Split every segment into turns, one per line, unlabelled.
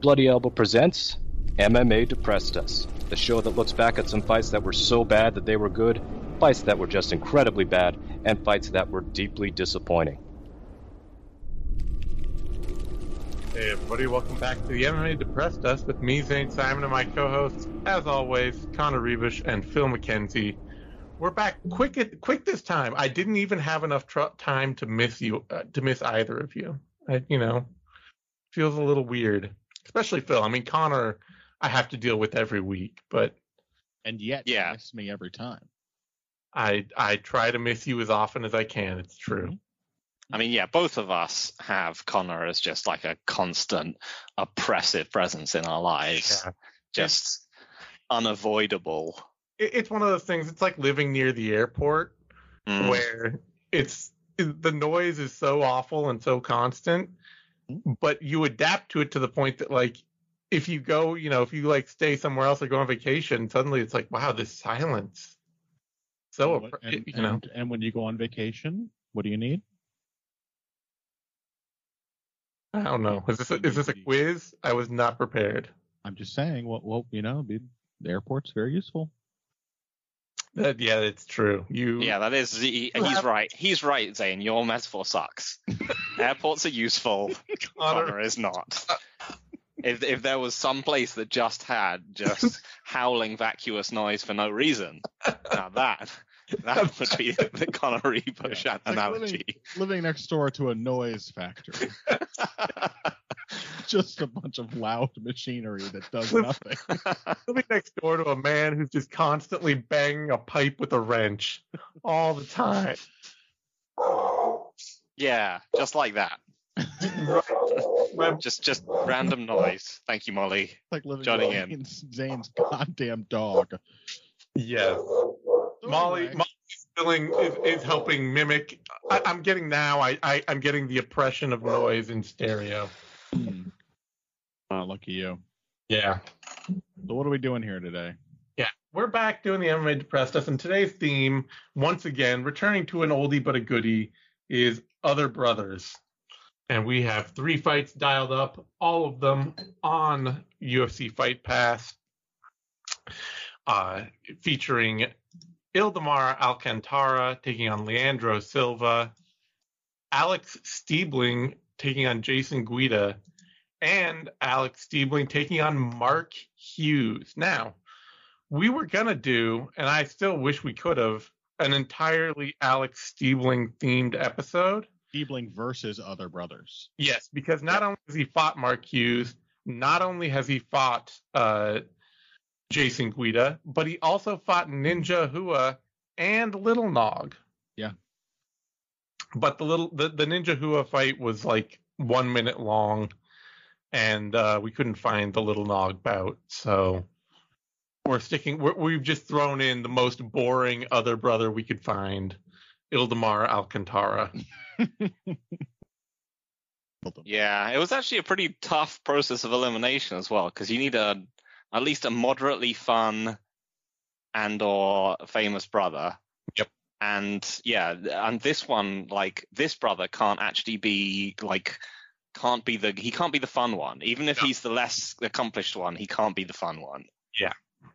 Bloody Elbow presents MMA Depressed Us, the show that looks back at some fights that were so bad that they were good, fights that were just incredibly bad, and fights that were deeply disappointing.
Hey everybody, welcome back to the MMA Depressed Us with me, Zane Simon, and my co-hosts, as always, Connor Rebush and Phil McKenzie. We're back quick, at, quick this time. I didn't even have enough tr- time to miss you, uh, to miss either of you. I, you know, feels a little weird, especially Phil. I mean, Connor, I have to deal with every week, but
and yet
Yeah.
you miss me every time.
I, I try to miss you as often as I can. It's true.
I mean, yeah, both of us have Connor as just like a constant oppressive presence in our lives,
Yeah.
just unavoidable.
It, it's one of those things. It's like living near the airport.
Mm.
where it's the noise is so awful and so constant but you adapt to it to the point that like if you go you know if you like stay somewhere else or go on vacation suddenly it's like wow this silence so
and,
oppre-
and-
you know
and- and when you go on vacation, what do you need?
i don't know is this a, is this a quiz i was not prepared
I'm just saying. Well, well you know, the, the airport's very useful.
that yeah it's true you
Yeah, that is. He, he's right. He's right, Zane. Your metaphor sucks. Airports are useful.
Connor,
Connor is not. If if there was some place that just had just howling vacuous noise for no reason, now that that would be the Connor Rebush
Yeah, it's like
analogy.
Living next door to a noise factory, just a bunch of loud machinery that does nothing.
living next door to a man who's just constantly banging a pipe with a wrench all the time
yeah, just like that. Just just random noise. Thank you, Molly.
Like living
Johnny
with
in.
Zane's, Zane's goddamn dog.
yes
So
Molly,
anyway,
Molly's filling is, is helping mimic. I, I'm getting now. I, I I'm getting the oppression of noise in stereo.
hmm. Ah, lucky you.
Yeah,
So what are we doing here today?
we're back doing the MMA depressed us, and today's theme, once again, returning to an oldie but a goodie, is other brothers. And we have three fights dialed up, all of them on UFC Fight Pass, uh, featuring Ildemar Alcantara taking on Leandro Silva, Alex Stiebling taking on Jason Guida, and Alex Stiebling taking on Mark Hughes. Now, we were gonna do, and I still wish we could have, an entirely Alex Stiebling themed episode.
Diebling versus other brothers.
Yes, because not only has he fought Mark Hughes, not only has he fought uh, Jason Guida, but he also fought Ninja Hua and Little Nog.
Yeah.
But the little the, the Ninja Hua fight was like one minute long, and uh, we couldn't find the Little Nog bout, so we're sticking. We're, we've just thrown in the most boring other brother we could find, Ildemar Alcantara.
Yeah, it was actually a pretty tough process of elimination as well, because you need a at least a moderately fun and or famous brother.
Yep.
And yeah, and this one, like this brother can't actually be like can't be the he can't be the fun one. Even if
No.
he's the less accomplished one, he can't be the fun one.
Yeah.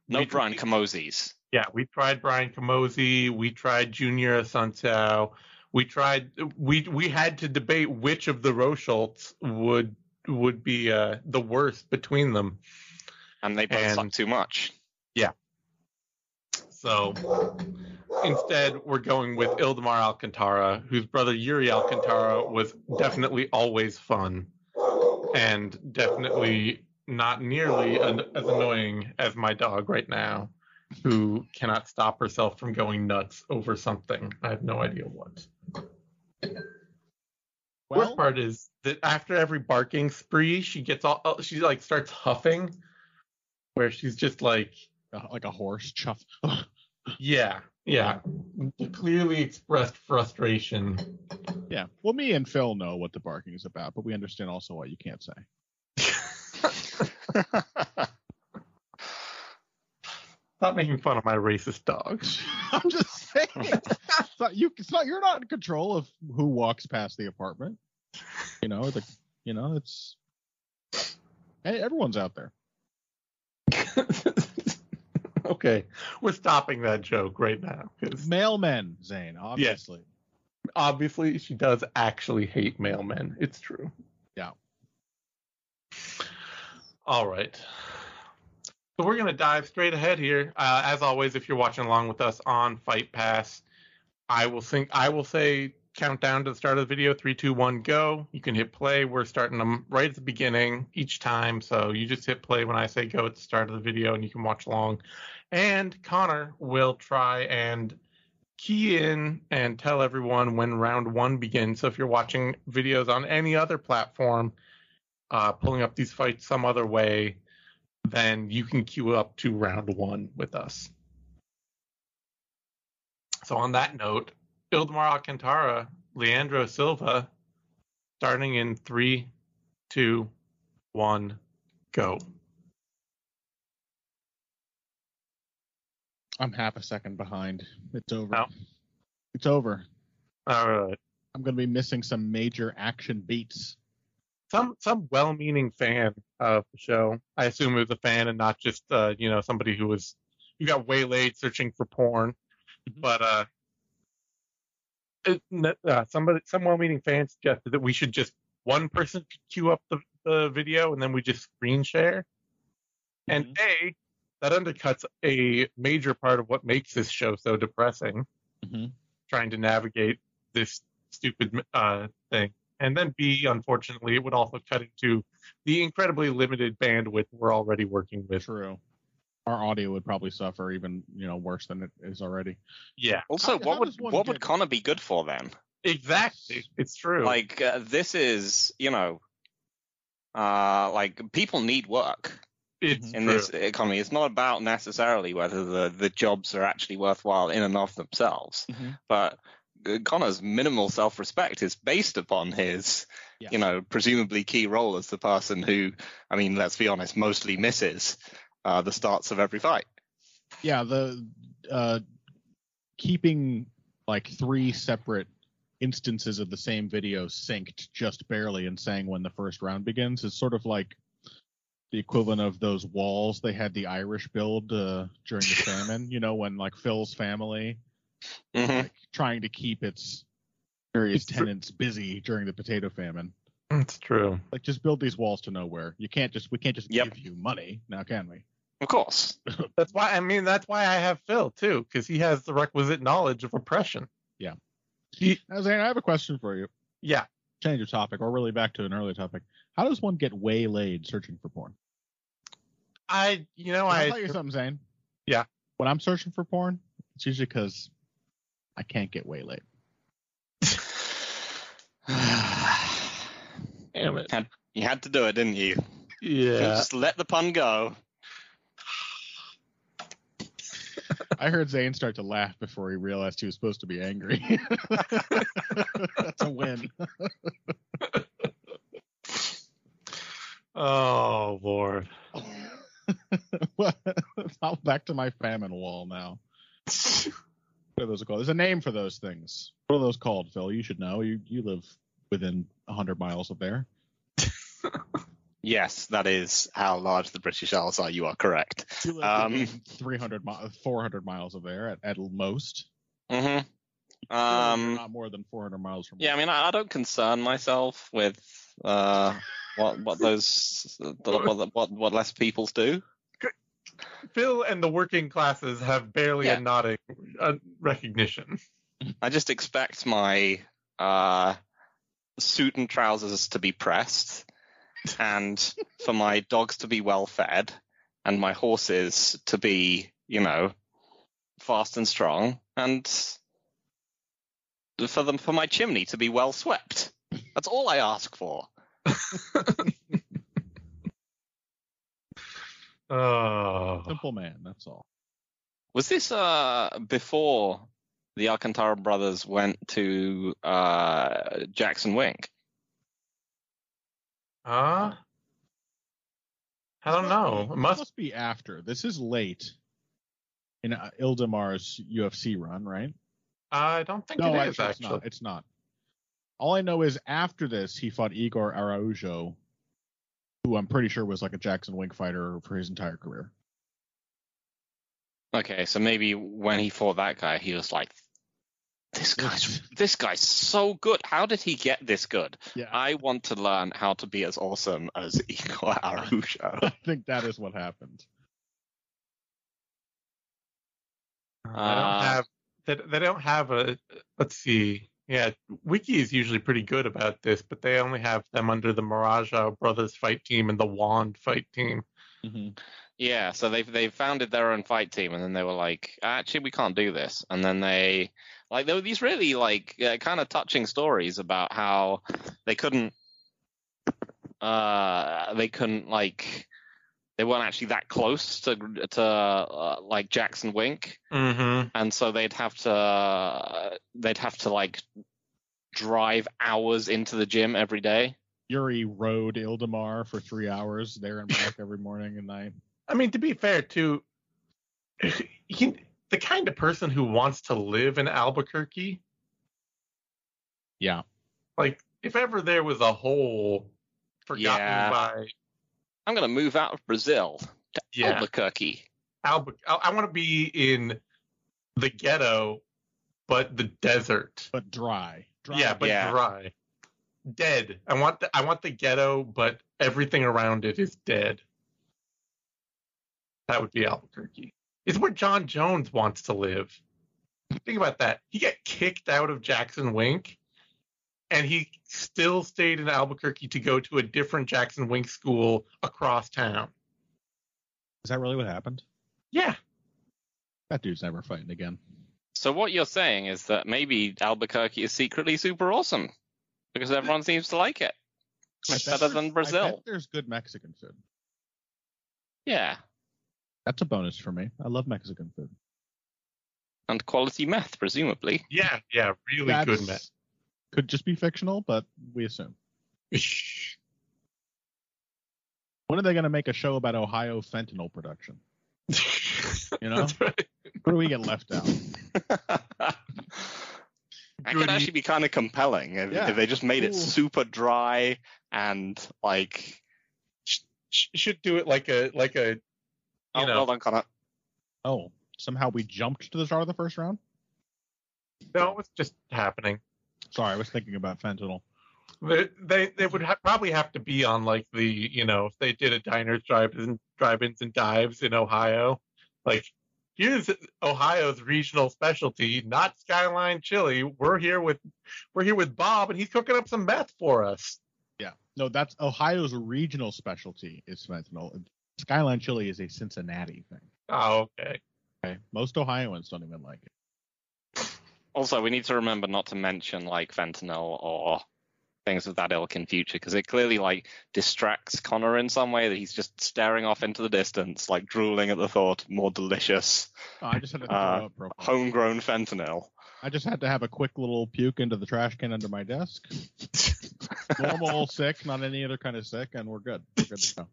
No
We-
Brian Camozis.
Yeah, we tried Brian Camozzi, we tried Junior Assunto, we tried we we had to debate which of the Rochelts would would be uh, the worst between them.
And they both
And-
suck too much.
So instead, we're going with Ildemar Alcantara, whose brother Yuri Alcantara was definitely always fun and definitely not nearly an, as annoying as my dog right now, who cannot stop herself from going nuts over something. I have no idea what. Worst
Well,
part is that after every barking spree, she gets all oh, she like starts huffing, where she's just like
uh, like a horse chuff.
Yeah, yeah. Clearly expressed frustration.
yeah. Well, me and Phil know what the barking is about, but we understand also what you can't say.
Stop making fun of my racist dog.
I'm just saying. It's not, you, it's not, you're not in control of who walks past the apartment. You know, the, you know, it's Hey, everyone's out there.
okay, we're stopping that joke right now 'cause
Mailmen, Zane, obviously.
obviously she does actually hate mailmen. It's true.
Yeah.
All right. So we're gonna dive straight ahead here. Uh, as always, if you're watching along with us on Fight Pass, I will think I will say countdown to the start of the video. Three, two, one, go. You can hit play. We're starting them right at the beginning each time. So you just hit play when I say go at the start of the video, and you can watch along. And Connor will try and key in and tell everyone when round one begins. So if you're watching videos on any other platform, uh, pulling up these fights some other way, then you can queue up to round one with us. So on that note, Ildmar Alcantara, Leandro Silva, starting in three, two, one, go.
I'm half a second behind. It's over.
Oh.
It's over.
All right.
I'm going to be missing some major action beats.
some some well-meaning fan of the show. I assume it was a fan and not just uh, you know somebody who was who got waylaid searching for porn. But uh, it, n- uh, somebody some well-meaning fan suggested that we should just one person queue up the, the video and then we just screen share. And a that undercuts a major part of what makes this show so depressing
Mm-hmm.
trying to navigate this stupid uh, thing. And then B, unfortunately, it would also cut into the incredibly limited bandwidth we're already working with.
True. Our audio would probably suffer even you know worse than it is already.
Yeah,
Also,
How-
what
how does
would
one
what
get-
would Connor be good for then?
exactly. It's true.
Like uh, this is you know, uh, like people need work
it's
in
true.
this economy. It's not about necessarily whether the the jobs are actually worthwhile in and of themselves,
Mhm.
but uh, Connor's minimal self respect is based upon his.
Yeah.
You know, presumably key role as the person who, I mean, let's be honest, mostly misses uh, the starts of every fight.
Yeah, the uh, keeping like three separate instances of the same video synced just barely and saying when the first round begins is sort of like the equivalent of those walls they had the Irish build uh, during the famine. You know when like Phil's family
Mm-hmm.
hmm
trying to keep its various
It's tr-
tenants busy during the potato famine.
It's true.
Like just build these walls to nowhere. You can't just we can't just
Yep.
give you money now, can we?
Of course.
That's why I mean that's why I have Phil too, because he has the requisite knowledge of oppression.
Now, Zane, I have a question for you.
Yeah.
Change of topic, or really back to an earlier topic. How does one get waylaid searching for porn?
I you know
Can I
Oh, I
tell you something, Zane.
Yeah.
When I'm searching for porn, it's usually because I can't get waylaid.
damn it.
You had to do it, didn't you? You
Yeah.
Just let the pun go.
I heard Zane start to laugh before he realized he was supposed to be angry. That's a win.
Oh Lord.
Well, I'm back to my famine wall now. What are those called? There's a name for those things. What are those called, Phil? You should know. You you live within 100 miles of there.
Yes, that is how large the British Isles are. You are correct.
You live
Um.
within 300 mi- 400 miles of there at, at most.
hmm
You're
Um,
not more than 400 miles from.
yeah, I mean, I, I don't concern myself with uh, what what those what, what what less peoples do.
Phil and the working classes have barely
Yeah.
a nodding uh, recognition.
I just expect my uh, suit and trousers to be pressed, and for my dogs to be well fed, and my horses to be, you know, fast and strong, and for them for my chimney to be well swept. That's all I ask for.
Oh.
Simple man. That's all.
Was this uh before the Alcantara brothers went to uh, Jackson Wink?
Huh? I don't know. It
It
must.
must be after. This is late in uh, Ildemar's UFC run, right?
I don't think it is
actually, it's
actually.
not. It's not. All I know is after this, he fought Igor Araujo who I'm pretty sure was like a Jackson Wink fighter for his entire career.
Okay, so maybe when he fought that guy, he was like, "This guy's this guy's so good. How did he get this good?
Yeah, I,
I want to learn how to be as awesome as Igor Arusha."
think that is what happened.
I
Uh,
don't have they, they don't have a let's see. Yeah, Wiki is usually pretty good about this, but they only have them under the Miraja Brothers fight team and the Wand fight team.
yeah, so they they founded their own fight team, and then they were like, "Actually, we can't do this." And then they like there were these really like uh, kind of touching stories about how they couldn't uh they couldn't like they weren't actually that close to to uh, like Jackson Wink
Mm-hmm.
and so they'd have to they'd have to like drive hours into the gym every day.
Yuri rode Ildamar for three hours there and back every morning and night.
I mean, to be fair, too, he, the kind of person who wants to live in Albuquerque,
Yeah,
like if ever there was a hole forgotten
Yeah.
by
I'm gonna move out of Brazil to
Yeah.
Albuquerque.
Albu- I, I want to be in the ghetto, but the desert.
but dry. dry.
Yeah, but
Yeah.
dry. Dead. I want the I want the ghetto, but everything around it is dead. That would be Albuquerque. It's where John Jones wants to live. Think about that. He got kicked out of Jackson Wink, and he still stayed in Albuquerque to go to a different Jackson Wink school across town.
is that really what happened?
Yeah.
That dude's never fighting again.
So what you're saying is that maybe Albuquerque is secretly super awesome because everyone seems to like it.
I
It's
bet
better
there's-
than
I
Brazil.
bet there's good Mexican food.
Yeah,
That's a bonus for me. I love Mexican food.
and quality meth presumably.
Yeah. Yeah. Really good man.
That's- Could just be fictional, but we assume. When are they going to make a show about Ohio fentanyl production? You know,
That's right.
where do we get left out?
that could
Goody.
actually be kind of compelling if,
Yeah.
if they just made it
Ooh.
super dry and like.
Sh- Should do it like a like a
Oh,
You know.
well done, Connor.
Oh, somehow we jumped to the start of the first round.
no. It's just happening.
Sorry, I was thinking about fentanyl.
They they, they would ha- probably have to be on like the you know if they did a diners drive-ins and drive-ins and dives in Ohio, like here's Ohio's regional specialty, not Skyline Chili. We're here with we're here with Bob, and he's cooking up some meth for us.
No, that's Ohio's regional specialty is fentanyl. Skyline Chili is a Cincinnati thing.
Oh, okay.
Okay, most Ohioans don't even like it.
Also, we need to remember not to mention like fentanyl or things of that ilk in future because it clearly like distracts Connor in some way that he's just staring off into the distance, like drooling at the thought of more delicious
Oh, I just had to throw
Uh,
up real quick.
homegrown fentanyl.
I just had to have a quick little puke into the trash can under my desk. Normal sick, not any other kind of sick, and we're good. We're good to go.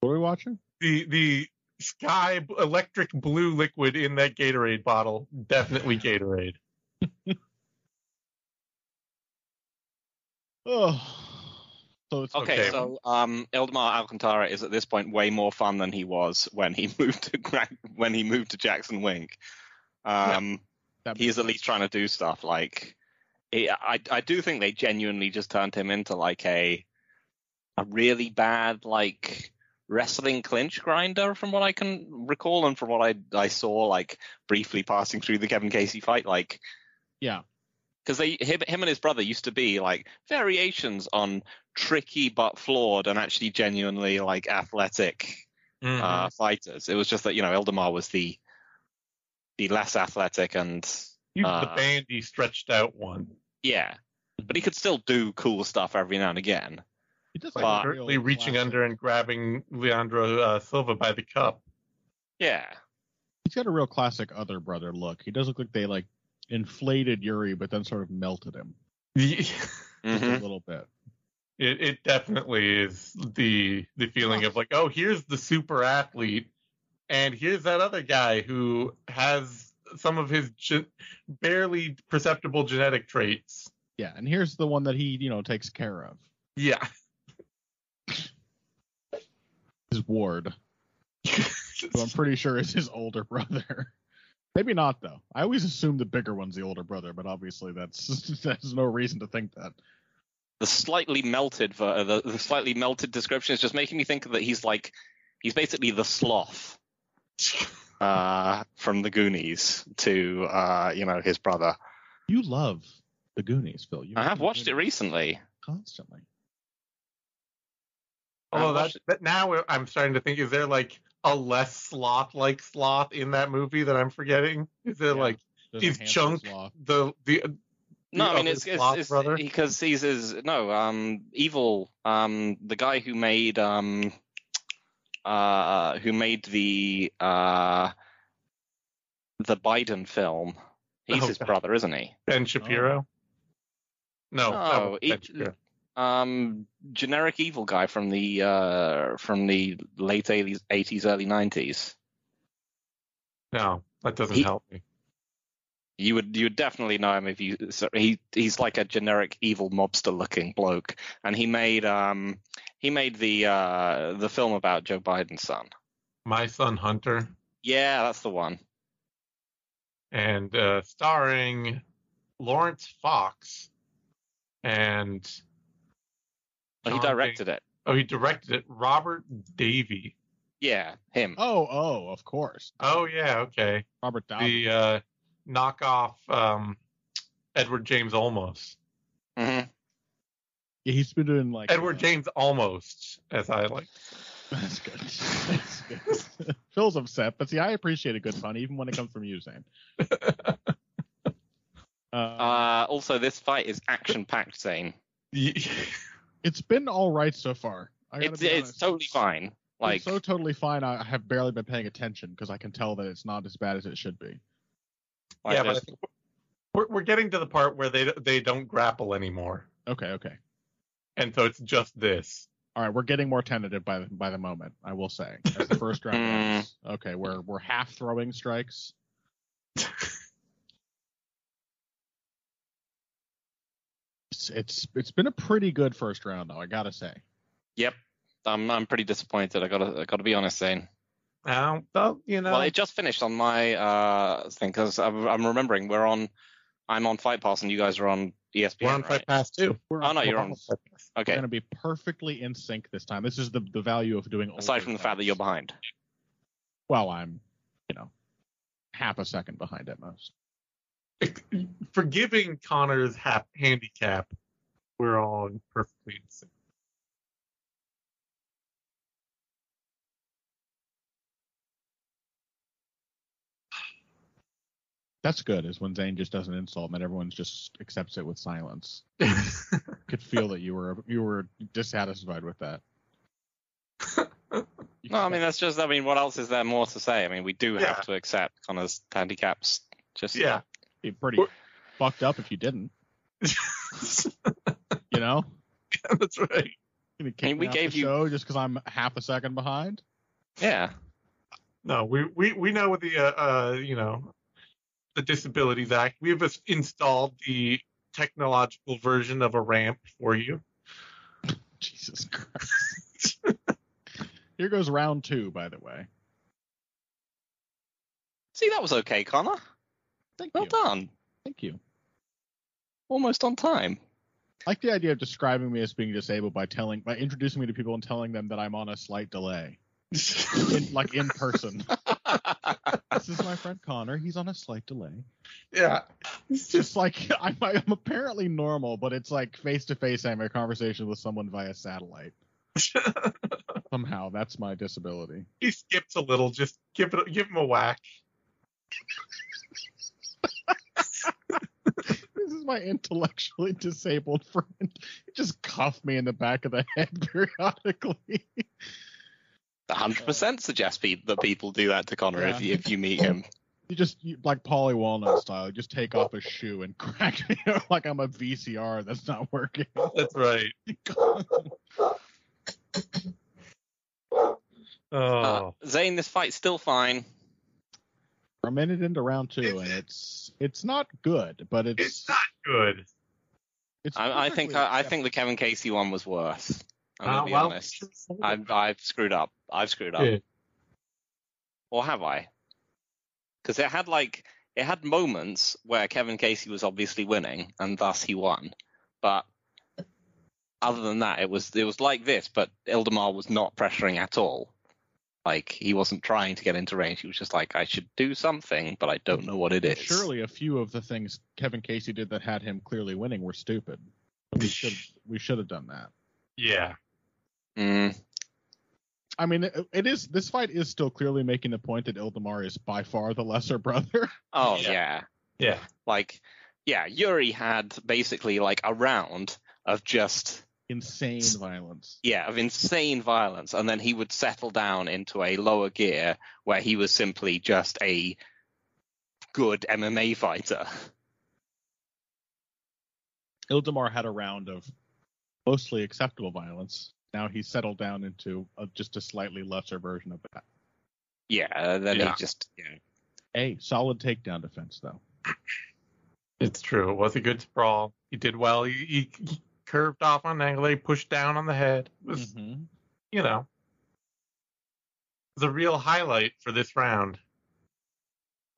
What are we watching?
The the sky b- electric blue liquid in that Gatorade bottle definitely Gatorade.
Oh, so it's
Okay,
Okay.
so um, Eldmar Alcantara is at this point way more fun than he was when he moved to Gra- when he moved to Jackson Wink. Um,
that-
he's at least trying to do stuff like he- I I do think they genuinely just turned him into like a a really bad like wrestling clinch grinder from what I can recall and from what I I saw like briefly passing through the Kevin Casey fight like
Yeah.
because they him, him and his brother used to be like variations on tricky but flawed and actually genuinely like athletic
Mm-hmm.
uh, fighters. It was just that you know Eldemar was the the less athletic and
Use
uh,
the bandy stretched out one.
yeah, but he could still do cool stuff every now and again.
He does
Like
Wow.
a real
currently reaching
classic-
under and grabbing Leandro uh, Silva by the cup.
Yeah,
He's got a real classic other brother look. He does look like they like inflated Yuri, but then sort of melted him
it,
just
Mhm.
a little bit.
it definitely is the the feeling of like, oh, here's the super athlete, and here's that other guy who has some of his gen- barely perceptible genetic traits.
Yeah, and here's the one that he you know takes care of.
Yeah,
his ward, who I'm pretty sure is his older brother. Maybe not though. I always assume the bigger one's the older brother, but obviously that's there's no reason to think that.
the slightly melted ver- uh, the, the slightly melted description is just making me think that he's like he's basically the sloth uh, from the Goonies to uh, you know his brother.
You love the Goonies, Phil. You
I have
the
watched it
Goonies
recently.
constantly.
Although
I've
that,
watched
that now we're- I'm starting to think, is there like a less sloth like sloth in that movie that I'm forgetting? Is there
Yeah.
like
There's a
Is
handful of
Chunk-
law.
the the
No, I mean
other
it's
sloth
it's,
brother?
it's because he's his no um evil um the guy who made um uh who made the uh the Biden film. He's
Oh,
his
God.
brother, isn't he?
Oh.
Ben Shapiro? No, that
No,
was
he-
Ben Shapiro.
um generic evil guy from the uh from the late 80s 80s early 90s
no, that doesn't
he-
help me.
you would you would definitely know him if you so he he's like a generic evil mobster looking bloke and he made um he made the uh the film about joe biden's son
My son Hunter
yeah that's the one
and uh, starring Lawrence Fox and
Oh, he
John Bing-
directed it
Oh, he directed it. Robert Davey.
yeah him
Oh, oh, of course.
Oh yeah, okay.
Robert Downey.
the uh, knockoff um, Edward James Almost.
hmm
Yeah, he's been doing like
Edward
uh,
James Almost, as I like.
That's good. That's good. Phil's upset, but see, I appreciate a good pun, even when it comes from you, Zane. Uh,
uh also this fight is action packed zane
it's been all right so far. I gotta
it's
be
it's
honest.
totally fine
It's
like
so totally fine. I have barely been paying attention because I can tell that it's not as bad as it should be.
like
yeah, but I
there's-
think we're, we're getting to the part where they they don't grapple anymore,
Okay, okay.
and so it's just this.
All right, we're getting more tentative by the, by the moment. I will say, as the first round.
Mm.
ends. Okay, we're we're half throwing strikes. It's, it's it's been a pretty good first round though. I gotta say.
I'm I'm pretty disappointed. I gotta I gotta be honest, Zane.
Um, well, you know,
Well, it just finished on my uh thing because I'm, I'm remembering we're on. I'm on Fight Pass and you guys are on E ESPN.
we're on
right?
Fight Pass too.
We're,
Oh, no, you're on.
We're
Okay.
gonna be perfectly in sync this time. This is the the value of doing.
Aside
older
from the fact that
rounds.
you're behind.
Well, I'm, you know, half a second behind at most.
Forgiving Connor's hap- handicap, we're all perfectly in sync.
That's good. Is when Zane just does an insult and then everyone just accepts it with silence. Could feel that you were you were dissatisfied with that. You
No, I
could-
mean that's just. I mean, what else is there more to say? I mean, we do
Yeah.
have to accept Connor's handicaps. Just
yeah.
be pretty fucked up if you didn't. You know,
That's right.
Gonna kick
mean, we
me off the
gave you-
show just because I'm half a second behind.
yeah.
No, we we we know with the uh, uh you know the Disabilities Act, we have ins- installed the technological version of a ramp for you.
Jesus Christ. Here goes round two, by the way.
See, that was okay, Connor.
Thank
Well
you.
done.
Thank you.
Almost on time.
I like the idea of describing me as being disabled by telling by introducing me to people and telling them that I'm on a slight delay. In, like in person. this is my friend Connor. He's on a slight delay.
Yeah,
It's just like I'm, I'm apparently normal, but it's like face to face. I'm a conversation with someone via satellite. Somehow, that's my disability.
he skips a little. Just give it give him a whack.
This is my intellectually disabled friend. He just cuffed me in the back of the head periodically.
100% suggest pe- that people do that to Connor if
Yeah.
you, if you meet him.
You just you, like Polly Walnut style. You just take off a shoe and crack me up like I'm a VCR that's not working.
That's right.
Uh,
Oh,
Zane, this fight's still fine.
We're a minute into round two, and it's it's not good, but it's
it's not good.
it's
I, I think
perfectly
I, I think the Kevin Casey one was worse. I'm gonna
Uh,
be
well,
honest. I've, I've screwed up. I've screwed up.
Yeah.
Or have I? Because it had like it had moments where Kevin Casey was obviously winning, and thus he won. But other than that, it was it was like this. But Ildemar was not pressuring at all. Like he wasn't trying to get into range. He was just like, I should do something, but I don't know what it is.
Surely a few of the things Kevin Casey did that had him clearly winning were stupid. We should we should have done that.
yeah.
Mm,
I mean, it, it is this fight is still clearly making the point that Ildemar is by far the lesser brother.
Oh
Yeah.
yeah.
Yeah.
Like yeah, Yuri had basically like a round of just
Insane
S-
violence.
yeah, of insane violence, and then he would settle down into a lower gear where he was simply just a good MMA fighter.
Ildemar had a round of mostly acceptable violence. Now he's settled down into a, just a slightly lesser version of that.
Yeah, and then
Yeah.
he just yeah.
A solid takedown defense, though.
It's true. It was a good sprawl. He did well. He, he, he curved off on an angle. He pushed down on the head. It was, you know, it was a real highlight for this round.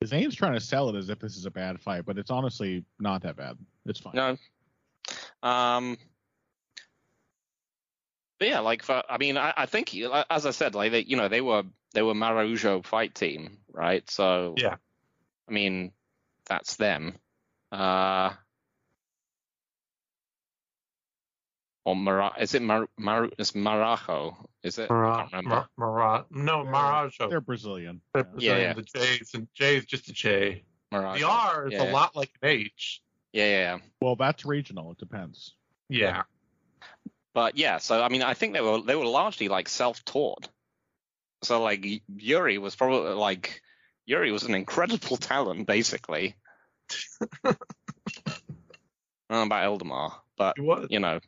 Zane's trying to sell it as if this is a bad fight, but it's honestly not that bad. It's fine.
No. Um. But yeah, like for, I mean, I, I think you- like, as I said, like they, you know, they were they were Marujo fight team, right? So
Yeah.
I mean, that's them. Uh. Or Mara, is it Mar, Mar, it's Marajo? Is it? I
Mara,
can't remember.
Mar- Mara, no,
They're-
Marajo.
They're Brazilian.
They're
Yeah.
Brazilian,
yeah.
The J's and J's just a J.
Marajo.
The R is a
Yeah.
lot like an H.
Yeah, yeah, yeah.
Well, that's regional. It depends.
Yeah.
But yeah, so I mean, I think they were they were largely like self-taught. So like Y- Yuri was probably like Yuri was an incredible talent, basically. I don't know about Eldemar, Uh, but
It was.
you know,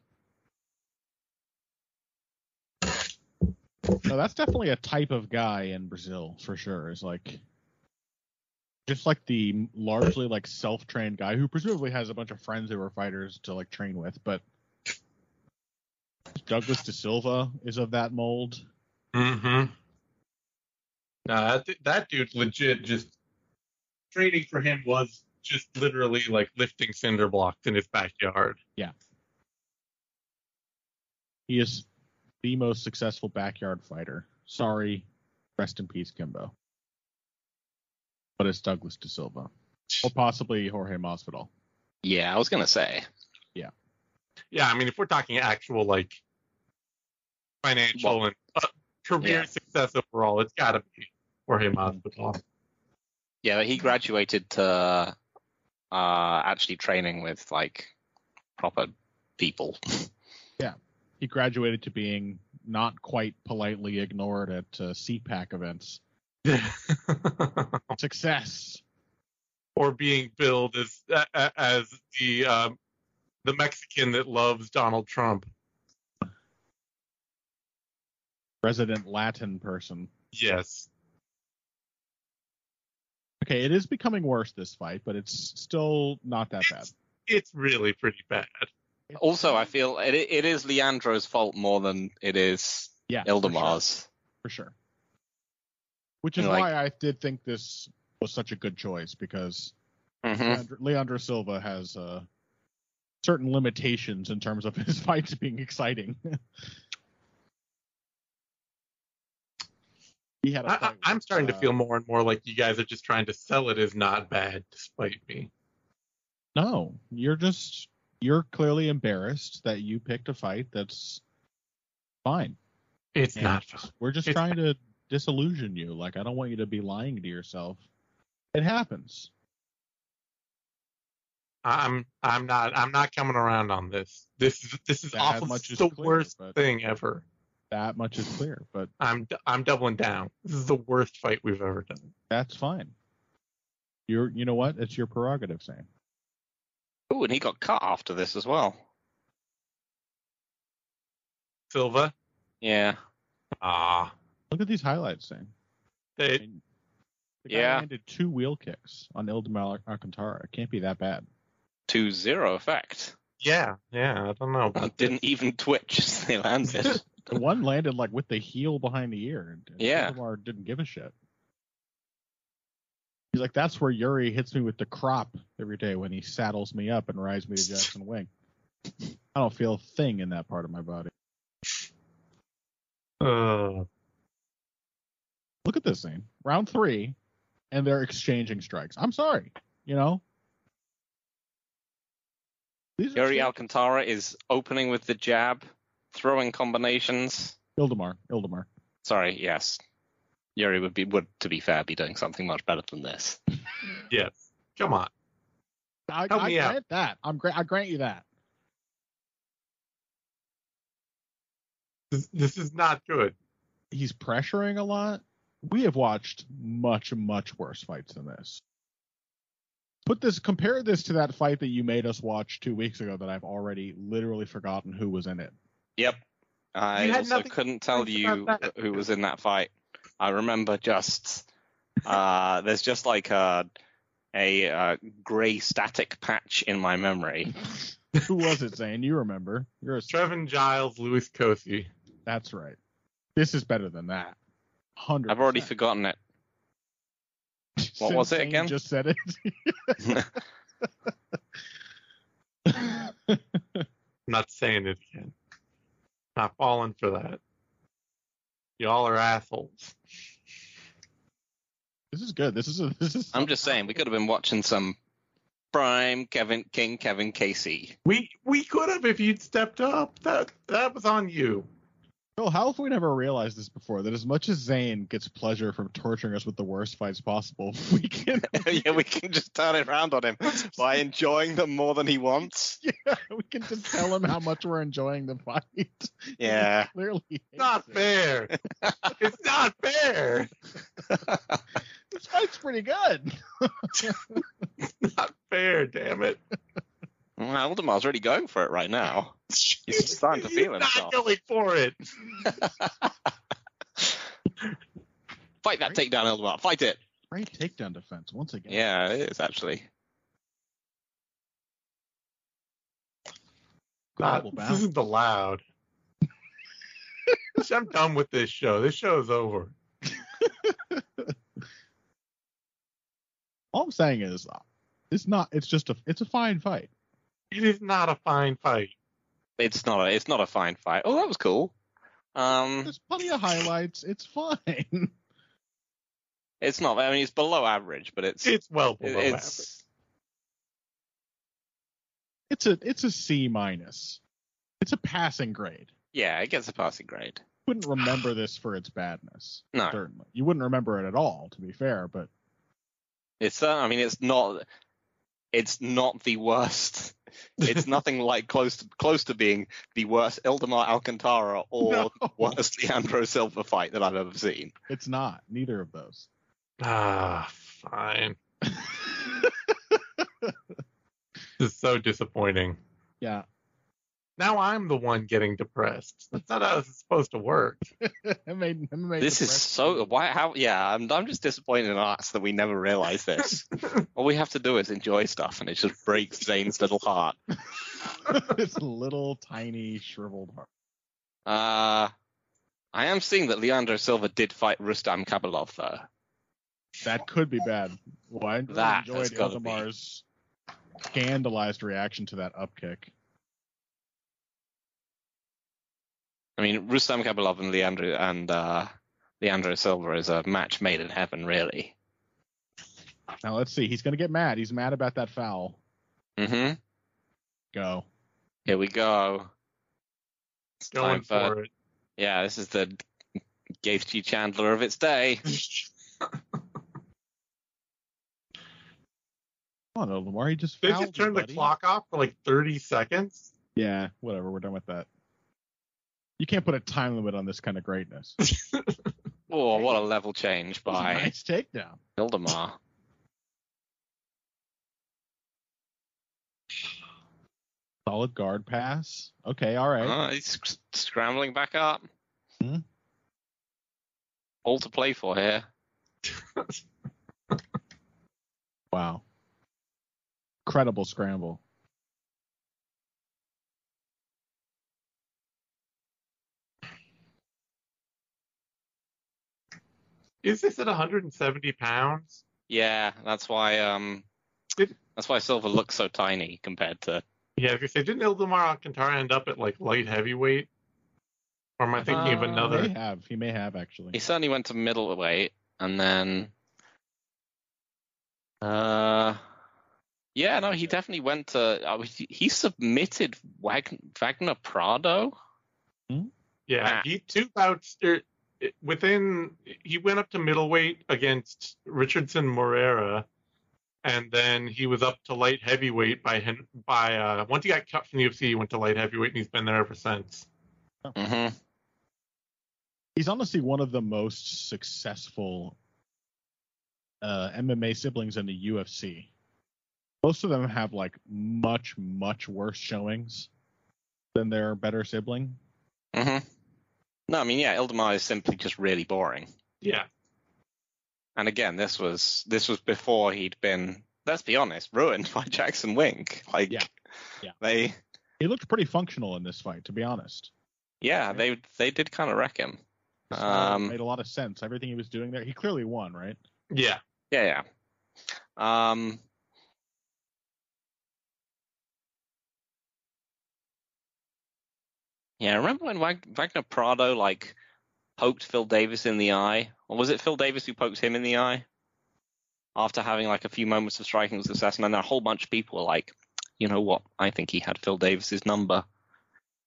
No, that's definitely a type of guy in Brazil for sure. Is like just like the largely like self-trained guy who presumably has a bunch of friends who are fighters to like train with, but Douglas De Silva is of that mold.
Mm-hmm. Nah, that, du- that dude legit just training for him was just literally like lifting cinder blocks in his backyard.
He is the most successful backyard fighter. Sorry, rest in peace, Kimbo. But it's Douglas De Silva, or possibly Jorge Masvidal.
yeah, I was gonna say,
Yeah, I mean, if we're talking actual like financial and uh, career
Yeah.
success overall, it's got to be Jorge Masvidal.
yeah, but he graduated to uh actually training with like proper people.
He graduated to being not quite politely ignored at uh, CPAC events. Success.
or being billed as a- a- as the um, the Mexican that loves Donald Trump.
Resident Latin person.
Yes.
Okay, it is becoming worse this fight, but it's still not that bad.
It's really pretty bad.
Also, I feel it it is Leandro's fault more than it is
yeah, for
Ildemar's.
sure, for sure. Which is
Like-
why I did think this was such a good choice because
hmm
Leandro, Leandro Silva has uh, certain limitations in terms of his fights being exciting. he had. a
I,
fight
I- I'm
with,
starting
uh,
to feel more and more like you guys are just trying to sell it as not bad, despite me.
No, you're just you're clearly embarrassed that you picked a fight that's fine.
It's
Yeah.
not fun.
We're just
It's-
trying to disillusion you. Like I don't want you to be lying to yourself. It happens.
I'm I'm not I'm not coming around on this. This is this is
That
awful.
much
This
is
is the
clear,
worst
but-
thing ever.
That much is clear, but
I'm d- I'm doubling down. This is the worst fight we've ever done.
that's fine. You're you know what? It's your prerogative, Sam.
Oh, and he got cut after this as well.
Silva,
Yeah.
ah,
Look at these highlights, Sam. I
they,
mean, the guy
Yeah.
landed two wheel kicks on Ildemar Alcantara. It can't be that bad.
To zero effect.
Yeah, yeah. I don't know.
I didn't even twitch as they landed.
The one landed like with the heel behind the ear. And and
Yeah.
Silmar didn't give a shit. He's like, that's where Yuri hits me with the crop every day when he saddles me up and rides me to Jackson Wing. I don't feel a thing in that part of my body.
Uh,
Look at this scene. Round three, and they're exchanging strikes. I'm sorry. You know? These are
Yuri
exchange-
Alcantara is opening with the jab, throwing combinations.
Ildemar. Ildemar.
Sorry, yes. Yuri would be would to be fair be doing something much better than this.
yes. Come on.
I,
Help
I
me out.
grant that. I'm gra- I grant you that.
This, this is not good.
he's pressuring a lot. We have watched much, much worse fights than this. Put this, compare this to that fight that you made us watch two weeks ago that I've already literally forgotten who was in it.
Yep. I
You had
also
nothing to
couldn't tell
think
you
about that.
who was in that fight. I remember just uh, there's just like a a uh, gray static patch in my memory.
who was it, Zane? You remember? You're a,
Trevin Giles, Louis Cosi.
that's right. This is better than that. Hundred.
I've already forgotten it. what was it again?
Just said it.
I'm not saying it again. Not falling for that. Y'all are assholes.
this is good. This is a. This is.
I'm just saying we could have been watching some prime Kevin King, Kevin Casey.
We we could have if you'd stepped up. That that was on you.
Phil, how have we never realized this before? That as much as Zane gets pleasure from torturing us with the worst fights possible, we can
yeah, we can just turn it around on him by enjoying them more than he wants.
we can just tell him how much we're enjoying the fight.
Yeah.
Clearly, hates
It's not
it.
fair. it's not fair.
This fight's pretty good.
Not fair. Damn it.
Well, Aldemar's really going for it right now. He's starting to feel
He's Not
himself.
going for it.
Fight that takedown, Aldemar. Fight it.
Great takedown defense once again.
Yeah, it is actually.
Not,
Global
this isn't allowed. I'm done with this show. This show is over.
All I'm saying is, uh, it's not. It's just a. It's a fine fight.
It is not a fine fight.
It's not a. It's not a fine fight. Oh, that was cool. Um,
There's plenty of highlights. It's fine.
it's not. I mean, it's below average, but it's
It's well below average.
it's
It's a. It's a C minus. It's a passing grade.
yeah. It gets a passing grade.
You wouldn't remember this for its badness.
No,
Certainly, you wouldn't remember it at all. To be fair, but
It's uh, I mean it's not it's not the worst. It's nothing like close to close to being the worst Eldemar Alcantara or
No.
worst Leandro Silva fight that I've ever seen.
it's not. Neither of those.
Ah, fine. This is so disappointing.
yeah.
Now I'm the one getting depressed. That's not how this is supposed to work.
It made, it made
This
the
is
press-
so why how yeah, I'm I'm just disappointed in us that we never realized this. All we have to do is enjoy stuff and it just breaks Zane's little heart.
this little tiny shriveled heart.
Uh I am seeing that Leandro Silva did fight Rustam Kabalov though.
That could be bad. Well, I really
That has
enjoyed
gotta be.
Eldemar's scandalized reaction to that upkick.
I mean Rustam Kabalov and Leandro and uh Leandro Silva is a match made in heaven, really.
Now let's see. He's gonna get mad. He's mad about that foul.
Mm-hmm.
Go.
Here we go. It's
Going
time for,
for it.
yeah, this is the Gaith G Chandler of its day.
Come on, Eldemar. He just
They
fouled
just
you,
turned the
buddy.
clock off for like 30 seconds.
Yeah. Whatever. We're done with that. You can't put a time limit on this kind of greatness.
Oh, what a level change by
nice takedown.
Ildemar.
Solid guard pass. Okay. All right.
Oh, he's sc- scrambling back up.
Hmm.
All to play for here.
Wow. Incredible scramble.
Is this at 170 pounds?
Yeah, that's why um,
Did-
that's why silver looks so tiny compared to.
Yeah, if you say didn't Ildomar Alcantara end up at like light heavyweight? Or am I thinking of
Uh,
another?
He may have. He may have actually.
He certainly went to middleweight, and then. Uh, yeah, no, he definitely went to. Uh, he, he submitted Wagner, Wagner Prado.
Yeah,
Ah.
he two bouts er, within. He went up to middleweight against Richardson Morera, and then he was up to light heavyweight by Hen- by uh, once he got cut from the UFC, he went to light heavyweight, and he's been there ever since.
hmm
He's honestly one of the most successful uh, MMA siblings in the UFC. Most of them have like much, much worse showings than their better sibling.
hmm No, I mean, yeah, Ildemar is simply just really boring.
Yeah,
And again, this was this was before he'd been. Let's be honest, ruined by Jackson Wink. Like,
Yeah. Yeah.
they,
He looked pretty functional in this fight, to be honest.
yeah, they they did kind of wreck him.
This
Um,
made a lot of sense. Everything he was doing there, he clearly won, right?
yeah.
Yeah, yeah. Um, yeah, remember when Wag- Wagner Prado like poked Phil Davis in the eye, or was it Phil Davis who poked him in the eye after having like a few moments of striking success, and then a whole bunch of people were like, you know what? I think he had Phil Davis's number.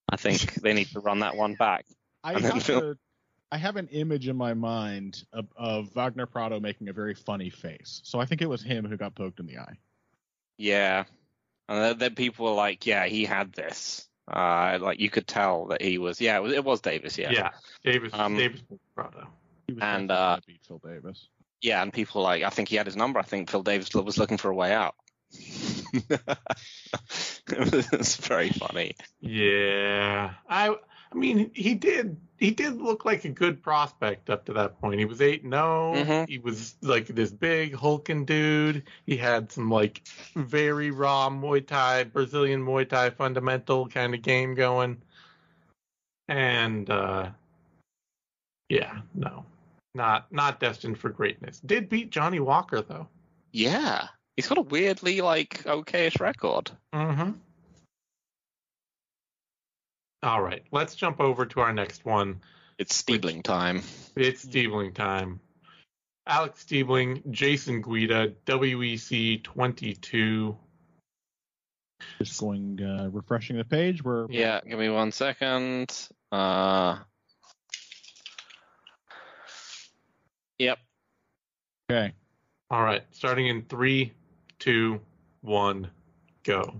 I think they need to run that one back.
I
And then
have,
Phil-
a, I have an image in my mind of, of Wagner Prado making a very funny face. So I think it was him who got poked in the eye.
Yeah, and then, then people were like, "Yeah, he had this." Uh, like you could tell that he was. Yeah, it was, it was Davis. Yeah.
yeah, Davis
Um,
Davis Prado.
He was
And,
definitely
uh,
gonna beat Phil Davis.
Yeah, and people were like, "I think he had his number. I think Phil Davis was looking for a way out." it was very funny.
Yeah, I I mean he did he did look like a good prospect up to that point. He was eight and zero.
Mhm.
He was like this big hulking dude. He had some like very raw Muay Thai Brazilian Muay Thai fundamental kind of game going, and uh yeah, no, not not destined for greatness. Did beat Johnny Walker though.
Yeah, he's got a weirdly like okayish record.
Mm-hmm. All right, let's jump over to our next one.
It's Stiebling time.
It's
Hmm.
Stiebling time. Alex Stiebling, Jason Guida, E WEC 22.
Just going uh, refreshing the page. We're
Yeah, give me one second. Uh, yep.
okay.
All right, starting in three, two, one, go.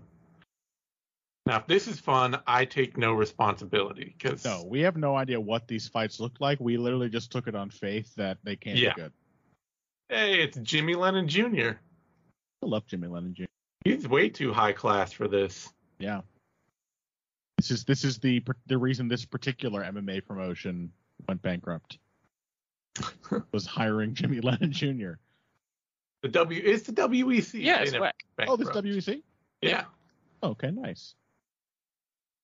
Now, if this is fun, I take no responsibility because
No, we have no idea what these fights looked like. We literally just took it on faith that they can't
Yeah.
be good.
hey, it's Jimmy Lennon Jr.
I love Jimmy Lennon Jr.
He's way too high class for this.
Yeah. This is this is the pr- the reason this particular MMA promotion went bankrupt. was hiring Jimmy Lennon Jr.
The W E it's the WEC.
Yeah,
They
it's
never
wet.
Oh, this
bankrupt.
WEC.
Yeah,
Okay, nice.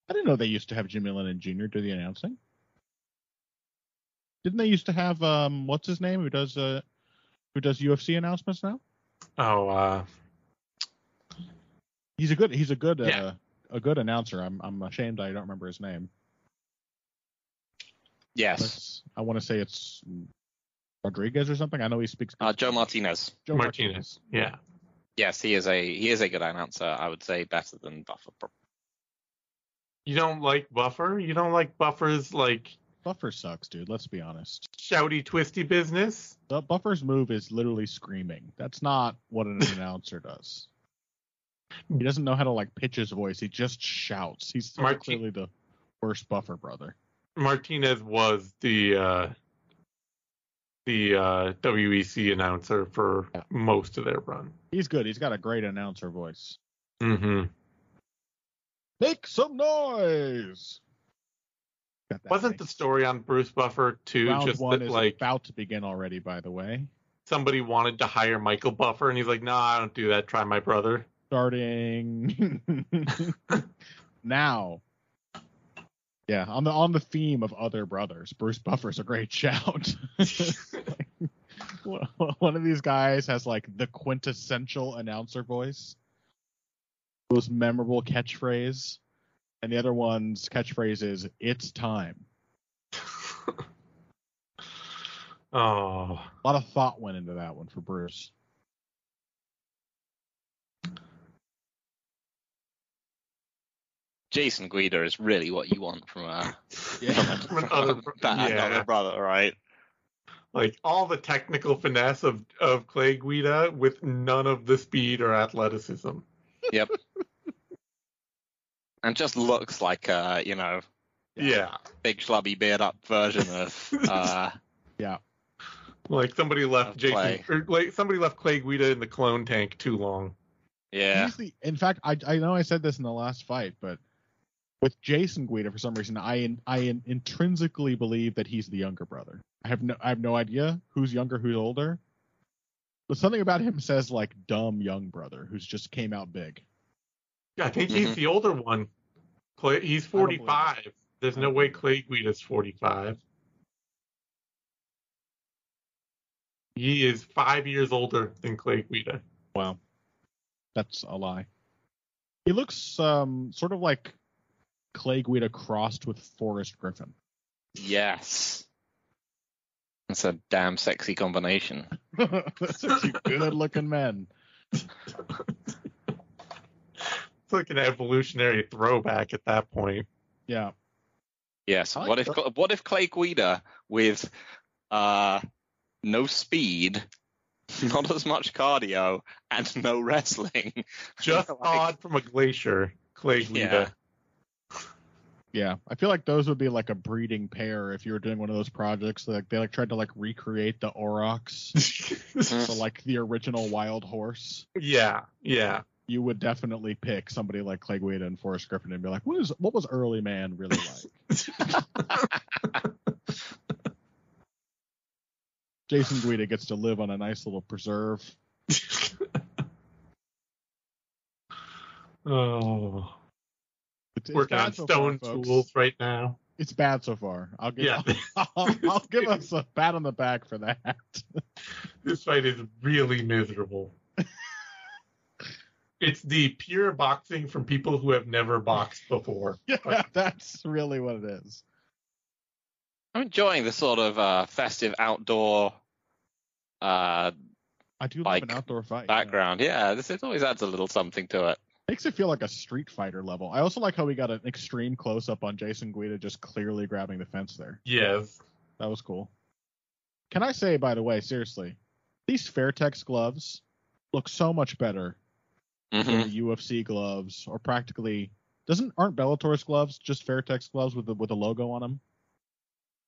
I didn't know they used to have Jimmy Lennon Jr. do the announcing. Didn't they used to have um what's his name who does uh who does UFC announcements now?
Oh, uh,
He's a good he's a good uh,
Yeah.
a good announcer. I'm I'm ashamed I don't remember his name.
Yes.
Let's- I want to say it's Rodriguez or something. I know he speaks
Uh, Joe Martinez.
Joe
Martinez. yeah.
Yes, he is a he is a good announcer. I would say better than Buffer. prob-
You don't like Buffer? You don't like Buffer's like
Buffer sucks, dude. Let's be honest.
shouty twisty business?
The Buffer's move is literally screaming. That's not what an announcer does. He doesn't know how to like pitch his voice. He just shouts. He's so
Martin-
clearly the worst Buffer brother.
Martinez was the uh, the uh, WEC announcer for most of their run.
He's good. He's got a great announcer voice.
Mm-hmm.
Make some noise. Got that
Wasn't
thing.
the story on Bruce Buffer too
round
just
one
that
is
like
about to begin already? By the way,
somebody wanted to hire Michael Buffer and he's like, "No, I don't do that. Try my brother."
starting now. Yeah, on the on the theme of other brothers, Bruce Buffer's a great shout. One of these guys has like the quintessential announcer voice, most memorable catchphrase, and the other one's catchphrase is "It's time."
Oh,
A lot of thought went into that one for Bruce.
Jason Guida is really what you want from a,
Yeah.
from a-
Another-
from that
yeah.
another brother, right?
like all the technical finesse of of Clay Guida with none of the speed or athleticism.
And just looks like a you know
Yeah,
big schlubby beard up version of uh,
like somebody left
Of
Jason, or like somebody left Clay Guida in the clone tank too long.
yeah.
He's the, in fact, I I know I said this in the last fight, but with Jason Guida, for some reason, I in, I in, intrinsically believe that he's the younger brother. I have no I have no idea who's younger, who's older. But something about him says like dumb young brother who's just came out big.
Yeah, I think he's
Mhm.
the older one. Clay, he's
don't believe it.
45. There's
I
no
don't
way
believe it.
Clay Guida's 45. He is five years older than Clay Guida.
Wow, that's a lie. He looks um sort of like Clay Guida crossed with Forrest Griffin.
Yes. That's a damn sexy combination.
Two good looking men.
It's like an evolutionary throwback at that point.
Yeah.
Yes.
I like
What if what if Clay Guida with uh no speed, not as much cardio, and no wrestling?
Just
Like-
odd from a glacier, Clay Guida.
Yeah, I feel like those would be like a breeding pair if you were doing one of those projects. Like they like tried to like recreate the aurochs, so like the original wild horse.
yeah, yeah.
You would definitely pick somebody like Clay Guida and Forrest Griffin and be like, what is what was early man really like? Jason Guida gets to live on a nice little preserve.
oh,
It's, it's
working
bad
on
so
stone
far, folks.
tools right now.
It's bad so far. I'll give
Yeah,
I'll, I'll give us a pat on the back for that.
this fight is really miserable. it's the pure boxing from people who have never boxed before.
yeah, that's really what it is.
I'm enjoying the sort of uh festive outdoor uh
I do love
Like
an outdoor fight. yeah.
background. Yeah, this it always adds a little something to it.
Makes it feel like a Street Fighter level. I also like how we got an extreme close up on Jason Guida just clearly grabbing the fence there.
Yes.
That was cool. Can I say, by the way, seriously, these Fairtex gloves look so much better
Mhm.
than the UFC gloves, or practically doesn't aren't Bellator's gloves just Fairtex gloves with the with a logo on them?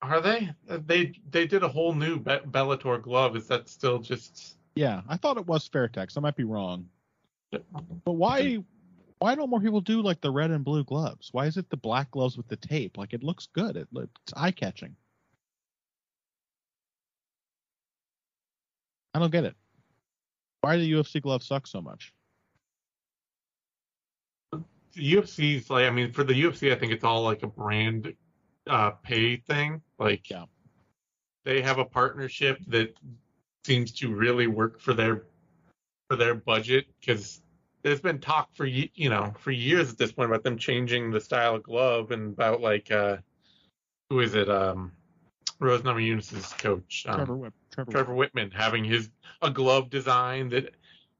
Are they? They they did a whole new Be- Bellator glove. Is that still just?
Yeah, I thought it was Fairtex. I might be wrong, but why? Why don't more people do like the red and blue gloves? Why is it the black gloves with the tape? Like it looks good. It looks eye catching. I don't get it. Why do UFC gloves suck so much?
The UFC's like I mean for the UFC I think it's all like a brand uh pay thing like
Yeah.
they have a partnership that seems to really work for their for their budget cuz there's been talk for ye- you know for years at this point about them changing the style of glove and about like uh who is it um Rose Namajunas' coach um,
Trevor Whip. Trevor.
Trevor Whitman having his a glove design that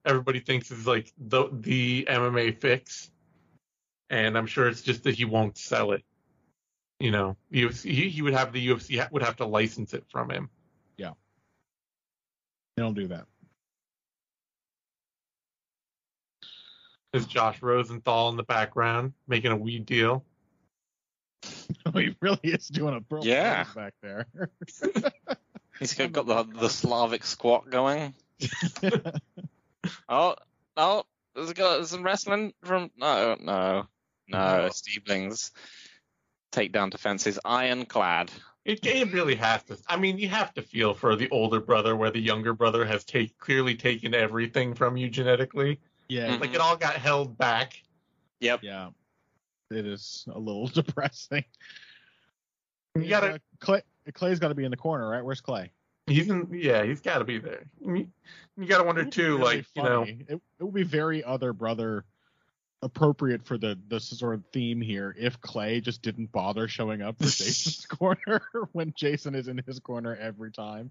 everybody thinks is like the the MMA fix, and I'm sure it's just that he won't sell it. You know, UFC, he, he would have the UFC ha- would have to license it from him.
They don't do that.
There's Josh Rosenthal in the background making a weed deal.
he really is doing a bro
Yeah.
pose back there.
He's got got the, the Slavic squat going. oh, oh, there's got there's some wrestling from. No, no, no.
No.
Steeblings. Takedown defense is ironclad.
It, it really has to. I mean, you have to feel for the older brother where the younger brother has take, clearly taken everything from you genetically.
yeah.
Mhm.
Like it all got held back.
Yep.
Yeah. It is a little depressing.
You gotta
Clay, Clay's got to be in the corner, right? Where's Clay?
He's in, yeah, he's got to be there. You, you got to wonder
It would be
too,
really
like you know,
funny. it, it would be very other brother appropriate for the the sort of theme here if Clay just didn't bother showing up for Jason's corner when Jason is in his corner every time.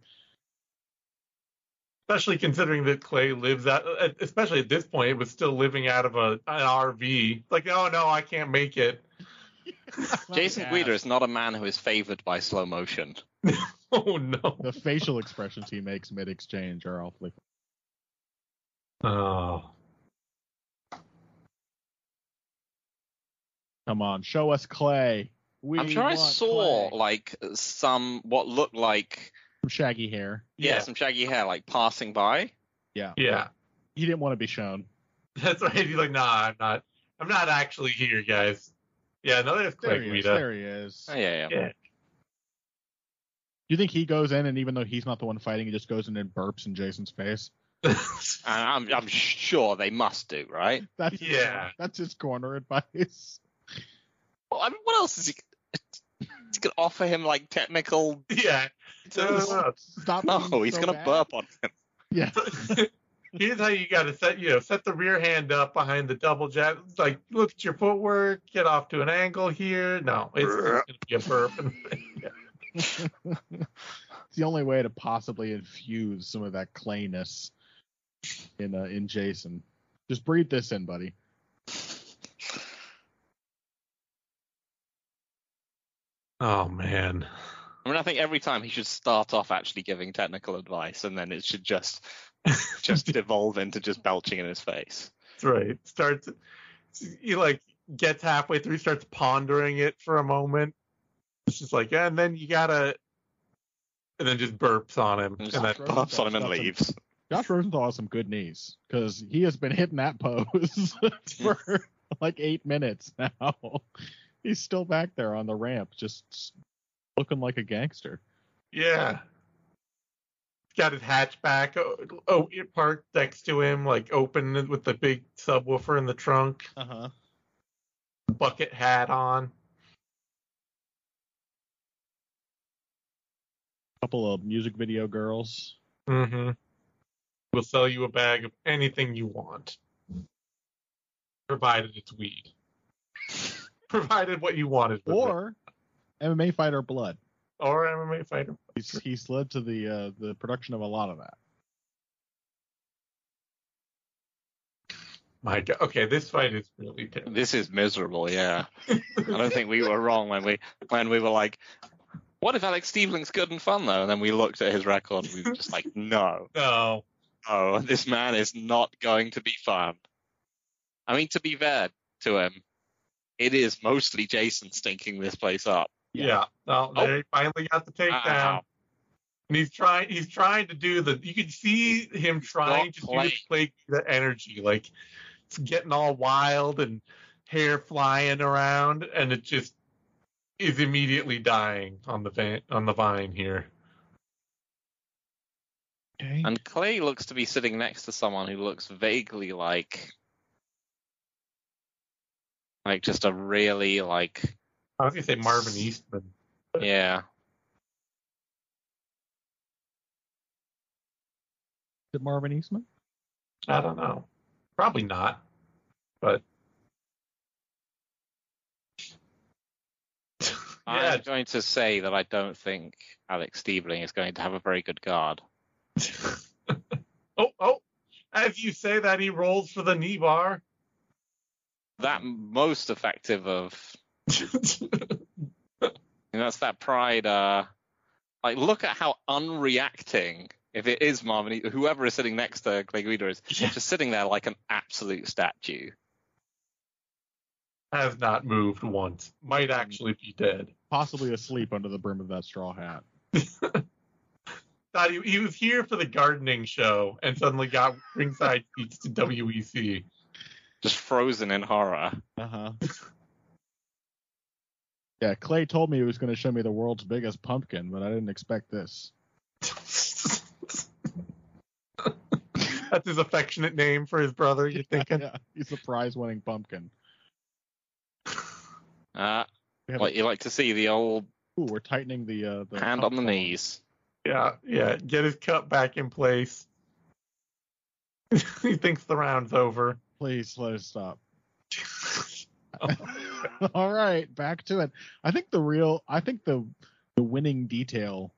especially considering that Clay lives out, uh, especially at this point, it was still living out of a an RV. Like, oh no, I can't make it.
Jason Guida is not a man who is favored by slow motion.
Oh no.
The facial expressions he makes mid exchange are awfully.
Oh.
Come on, show us Clay. We
I'm sure I
want
saw
Clay.
like some what looked like
Some shaggy hair.
yeah,
Yeah.
some shaggy hair like passing by.
Yeah,
Yeah,
he didn't want to be shown.
that's right. He's like, nah, I'm not. I'm not actually here, guys. Yeah, no, there's
There
Clay
he is.
Guida.
There he is.
Oh, yeah, yeah.
Yeah.
Do you think he goes in and even though he's not the one fighting, he just goes in and burps in Jason's face? Uh-huh.
And I'm I'm sure they must do right.
That's
Yeah.
That's his corner advice.
Well, I mean, what else is he? He's gonna offer him like technical.
yeah. Uh,
Stop.
No,
being
he's
so
gonna
bad.
burp on him.
Yeah.
Here's how you got to set you know set the rear hand up behind the double jab. Like look at your footwork, get off to an angle here. No, it's just gonna be a burp.
It's the only way to possibly infuse some of that clayness in uh, in Jason. Just breathe this in, buddy.
oh man.
I mean, I think every time he should start off actually giving technical advice, and then it should just just evolve into just belching in his face.
That's right. Starts he like gets halfway through, starts pondering it for a moment. It's just like, yeah, and then you gotta and then just burps on him.
And
And
just
then
burps on him and
Nothing.
leaves.
Josh Rosenthal has some good knees because he has been hitting that pose for like eight minutes now. He's still back there on the ramp, just looking like a gangster.
yeah. Got his hatchback oh, oh it parked next to him, like open with the big subwoofer in the trunk.
Uh huh.
bucket hat on.
Couple of music video girls.
Mm-hmm. We'll sell you a bag of anything you want, provided it's weed. provided what you wanted,
or MMA fighter blood.
or MMA fighter.
He's he's led to the uh, the production of a lot of that.
My God. Okay, this fight is really terrible.
This is miserable. Yeah, I don't think we were wrong when we when we were like, "What if Alex Steveling's good and fun though?" And then we looked at his record, and we were just like, "No,
No.
no, oh, this man is not going to be fun." I mean, to be fair to him, it is mostly Jason stinking this place up. Ah.
Yeah. No.
Oh.
They finally got the takedown.
Ow.
And he's trying. He's trying to do the. You can see him trying to do the play the energy, like it's getting all wild and hair flying around, and it just is immediately dying on the van, on the vine here.
Okay.
And Clay looks to be sitting next to someone who looks vaguely like like just a really like
I was gonna say Marvin Eastman.
yeah.
Is it Marvin Eastman?
I don't know. Probably not. But yeah,
I'm going to say that I don't think Alex Stiebling is going to have a very good guard.
oh, oh. As you say that, he rolls for the knee bar.
That most effective of you know, that's that pride. Uh, like look at how unreacting if it is Marvin, E- whoever is sitting next to Clay Guida is
Yeah.
just sitting there like an absolute statue.
Has not moved once. Might actually be dead.
Possibly asleep under the brim of that straw hat.
Thought he, he was here for the gardening show and suddenly got ringside seats to E WEC.
Just frozen in horror.
Uh huh. yeah, Clay told me he was going to show me the world's biggest pumpkin, but I didn't expect this.
That's his affectionate name for his brother. You're thinking,
yeah, he's a prize-winning pumpkin.
Uh,
We have
like you like to see the old
Ooh, we're tightening the uh, the
hand
cup
on the
collar.
knees.
Yeah, yeah. Get his cup back in place. he thinks the round's over.
Please let us stop. All right, back to it. I think the real, I think the the winning detail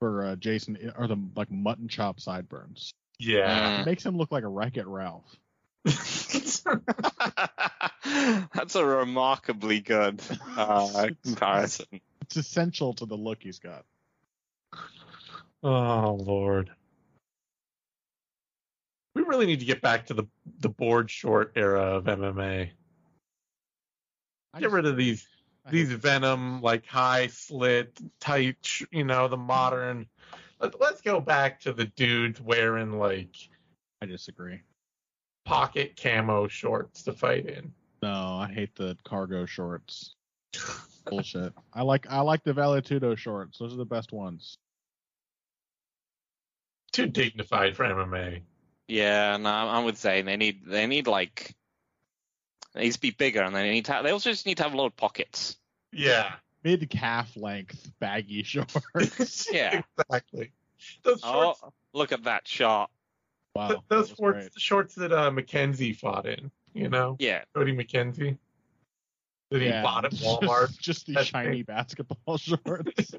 for uh, Jason are the like mutton chop sideburns.
yeah.
It makes him look like a Racket Ralph.
Mm. That's a remarkably good uh, comparison.
It's essential to the look he's got.
Oh Lord. We really need to get back to the the board short era of MMA.
I
Get
just-
rid of these
I
these venom like high slit tight, sh- you know, the modern. Let, let's go back to the dudes wearing like
I disagree.
pocket camo shorts to fight in.
No, I hate the cargo shorts. Bullshit. I like I like the Valetudo shorts. Those are the best ones.
Too dignified for MMA.
Yeah, no, I'm I'm with Zane. They need they need like they need to be bigger, and they need to. Have, they also just need to have a lot of pockets.
Yeah.
Mid calf length baggy shorts.
Yeah.
Exactly. Those
Oh,
shorts,
look at that shot.
wow.
th-
that
those
was
shorts,
great.
shorts that uh, McKenzie fought in, you know?
Yeah,
Cody McKenzie. That he
Yeah.
bought at Walmart.
Just, just these
That's
shiny
big.
basketball shorts.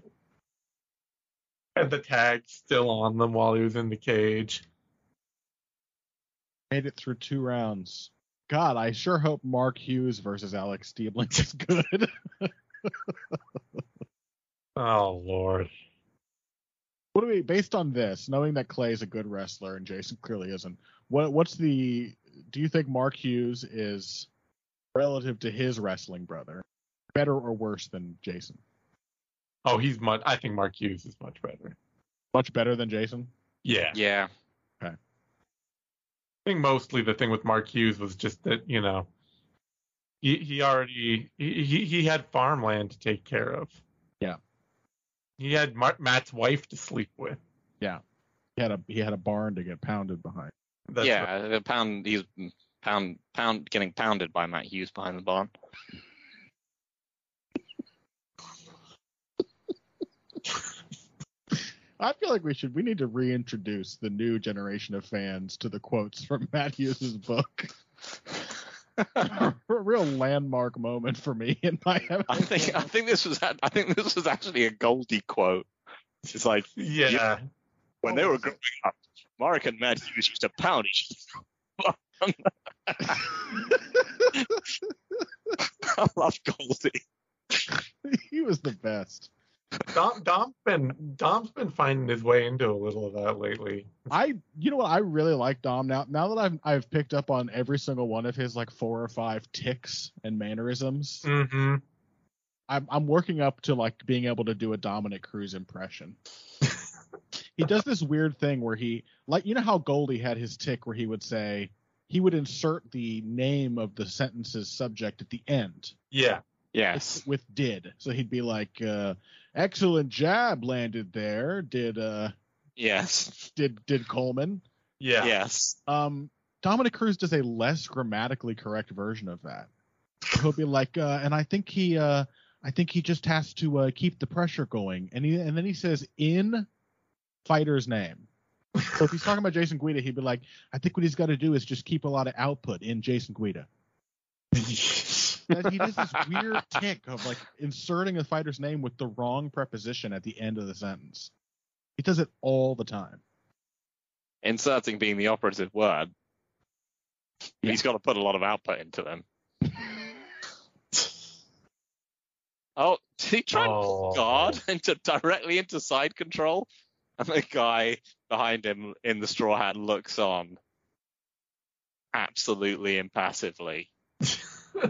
had the tag still on them while he was in the cage.
Made it through two rounds. God, I sure hope Mark Hughes versus Alex Stiebling is good.
Oh, Lord.
what do we based on this, knowing that Clay's a good wrestler and Jason clearly isn't, what what's the do you think Mark Hughes is relative to his wrestling brother? Better or worse than Jason?
Oh, he's much. I think Mark Hughes is much better.
Much better than Jason?
Yeah.
yeah.
I think mostly the thing with Mark Hughes was just that, you know, he, he already he, he he had farmland to take care of.
Yeah.
He had Mar- Matt's wife to sleep with.
He had a he had a barn to get pounded behind.
That's right.
yeah, the pound. He's pound pound getting pounded by Matt Hughes behind the barn.
I feel like we should we need to reintroduce the new generation of fans to the quotes from Matt Hughes's book. a real landmark moment for me in my
I think I think this was I think this was actually a Goldie quote. It's like
Yeah.
when
Oh,
they were growing up, Mark and Matt Hughes used to pound each other. I love Goldie.
he was the best.
Dom Dom's been Dom's been finding his way into a little of that lately.
I you know what I really like Dom now now that I've I've picked up on every single one of his like four or five ticks and mannerisms.
Mm-hmm.
I'm I'm working up to like being able to do a Dominic Cruz impression. he does this weird thing where he like you know how Goldie had his tick where he would say he would insert the name of the sentence's subject at the end
Yeah.
Yes.
with did. So he'd be like uh excellent jab landed there did uh
Yes.
did did Coleman.
Yeah.
Yes.
Um, Dominic Cruz does a less grammatically correct version of that. He'll be like, uh, and I think he, uh, I think he just has to uh, keep the pressure going, and he, and then he says in fighter's name. So if he's talking about Jason Guida, he'd be like, I think what he's got to do is just keep a lot of output in Jason Guida. That- He does this weird tick of like inserting a fighter's name with the wrong preposition at the end of the sentence. He does it all the time.
Inserting being the operative word. He's got to put a lot of output into them. oh, did he try
Oh.
and guard into directly into side control? And the guy behind him in the straw hat looks on absolutely impassively.
I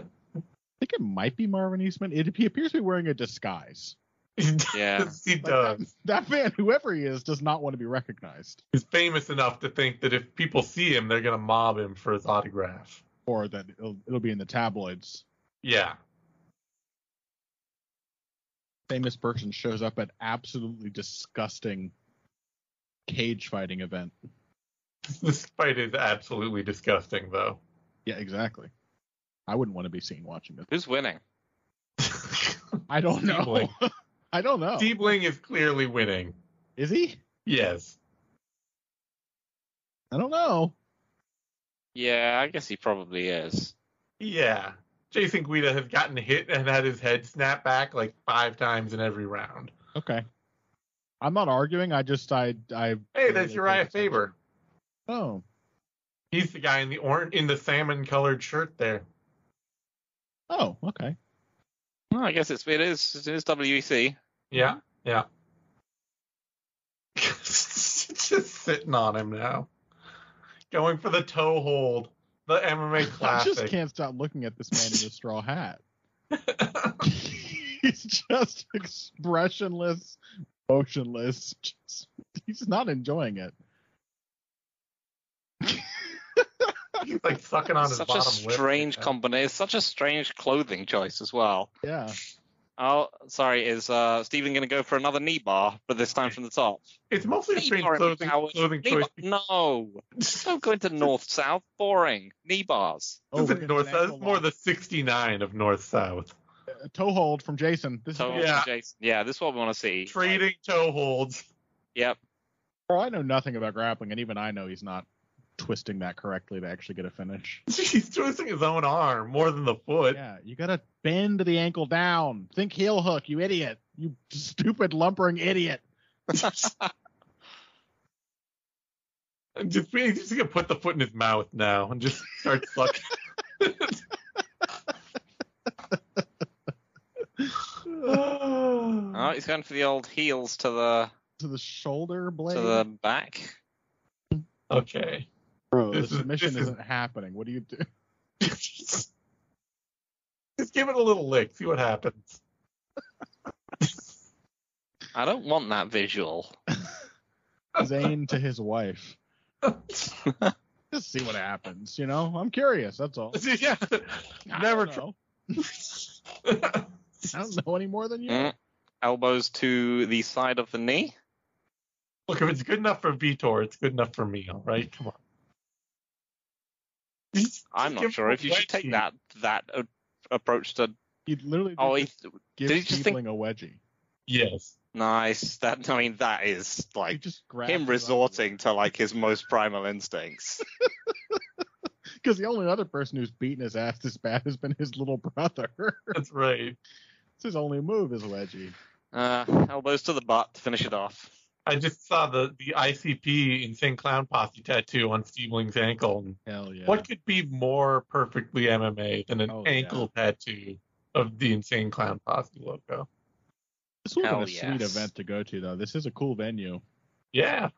think it might be Marvin Eastman. It, he appears to be wearing a disguise.
Yeah.
he does.
that man, whoever he is, does not want to be recognized
He's famous enough to think that if people see him, they're gonna mob him for his autograph.
or that it'll, it'll be in the tabloids.
Yeah.
Famous person shows up at absolutely disgusting cage fighting event.
This fight is absolutely disgusting, though.
Yeah, exactly. I wouldn't want to be seen watching this.
Who's winning?
I don't know. I don't know. Oh.
Diebling is clearly winning.
Is he?
Yes.
I don't know.
Yeah, I guess he probably is.
Yeah. Jason Guida has gotten hit and had his head snap back like five times in every round.
Okay. I'm not arguing. I just I I.
Hey,
really
there's Uriah
think it's-
Faber.
Oh,
He's the guy in the orange in the salmon colored shirt there.
oh, okay.
Well, I guess it's it is it is WEC.
Yeah, yeah. Just sitting on him now. Going for the toe hold. The MMA
I
classic.
just can't stop looking at this man in the straw hat. he's just expressionless, motionless. Just, he's not enjoying it.
He's like sucking on his
Such a
bottom lip.
strange combination. It's such a strange clothing choice as well.
Yeah.
Oh, sorry. Is uh, Stephen going to go for another knee bar, but this time from the top?
It's mostly a
Knee
strange
bar
clothing,
empowered-
clothing
knee
choice.
bar- No, don't go into north south. Boring. Knee bars.
Oh,
this
we're
is
gonna
north. That's
ankle
more
lock.
the 69 of north south.
A toe hold from Jason. This
Total
is
Yeah.
Jason. yeah, this is what we want to see. Like,
Trading toe holds.
yep.
bro. I know nothing about grappling, and even I know he's not twisting that correctly to actually get a finish.
He's twisting his own arm more than the foot.
Yeah, you gotta bend the ankle down. Think heel hook, you idiot. You stupid lumbering idiot.
I'm just, he's just gonna put the foot in his mouth now and just start sucking.
Oh, he's going for the old heels to the
To the shoulder blade.
to the back.
okay.
Bro,
this
this
is-
submission
this is-
isn't happening. What do you do?
just give it a little lick, see what happens.
I don't want that visual.
Zane to his wife. Just see what happens, you know? I'm curious, that's all.
yeah.
I
Never
don't
try.
know. I don't know any more than you.
Mm. Elbows to the side of the knee.
Look, if it's good enough for Vitor, it's good enough for me, all right? Come on. Just-
I'm
just
not
give
sure
him
if you should
a
take
wedgie.
that that uh, approach to.
He literally
Oh, he,
just gives
did he just think-
Keebling a wedgie.
Yes.
nice. That I mean, that is
He
like
just grabs
him resorting to like his most primal instincts.
Because the only other person who's beaten his ass this bad has been his little brother. it's
That's right.
his only move is wedgie.
Uh, elbows to the butt to finish it off.
I just saw the, the ICP Insane Clown Posse tattoo on Steveling's ankle. And
Hell yeah.
What could be more perfectly MMA than an
Oh, yeah.
ankle tattoo of the Insane Clown Posse logo?
This would have been a
Hell
sweet
yes.
event to go to, though. This is a cool venue.
Yeah.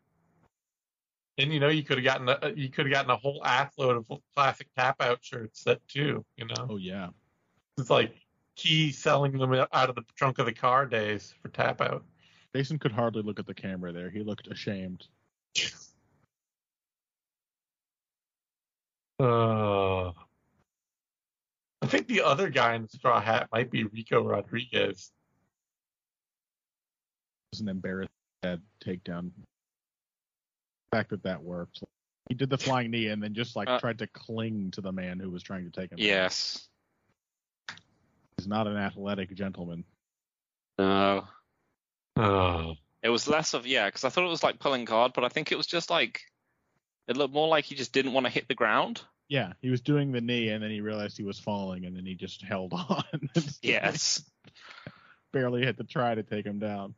And you know you could have gotten a you could have gotten a whole ass load of classic tap out shirts that too, you know.
Oh yeah,
It's like key selling them out of the trunk of the car days for tap out.
Jason could hardly look at the camera there. He looked ashamed.
Uh, I think the other guy in the straw hat might be Rico Rodriguez.
It was an embarrassing bad takedown. The fact that that worked. He did the flying knee and then just like
Uh,
tried to cling to the man who was trying to take him.
Yes.
he's not an athletic gentleman.
No.
Oh.
It was less of yeah, because I thought it was like pulling card, but I think it was just like it looked more like he just didn't want to hit the ground.
Yeah, he was doing the knee and then he realized he was falling and then he just held on.
Yes.
barely had to try to take him down.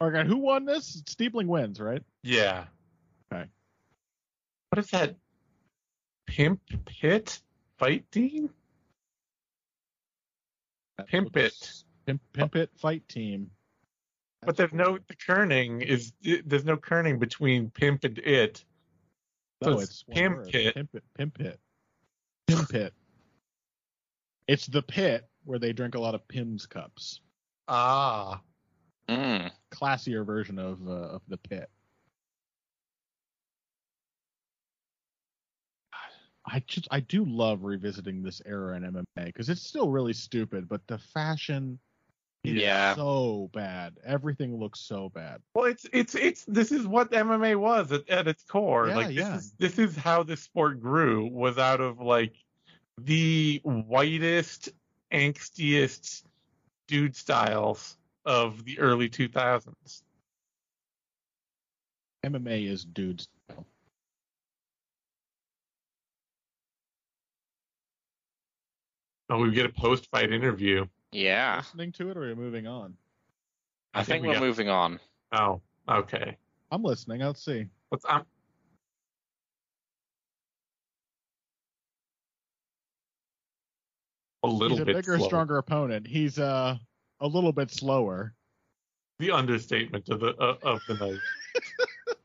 All right, who won this? Steepling wins, right?
Yeah.
Okay.
What is that? Pimp Pit Fight Team?
That
Pimp
looks- Pimp, pimp it fight team.
But
That's
there's no
cool.
the kerning is there's no kerning between Pimp and it. So
No,
it's
it's one
Pimp
word.
Pit.
Pimp it. Pimp pit. Pimp pit. It's the pit where they drink a lot of Pim's cups.
Ah.
Mm.
Classier version of uh, of the pit. I just I do love revisiting this era in MMA because it's still really stupid, but the fashion is
Yeah.
so bad. Everything looks so bad.
Well, it's it's it's this is what MMA was at, at its core.
Yeah,
like this
yeah.
is this is how this sport grew was out of like the whitest, angstiest dude styles of the early 2000s.
MMA is dudes.
Oh, we get a post-fight interview.
Yeah.
Listening to it, or you're moving on.
I, think,
we
we're
got-
moving on.
Oh, okay.
I'm listening. I'll see.
What's um, a little
He's a
bit
bigger,
slower.
stronger opponent. He's uh a little bit slower.
The understatement of the uh, of the night.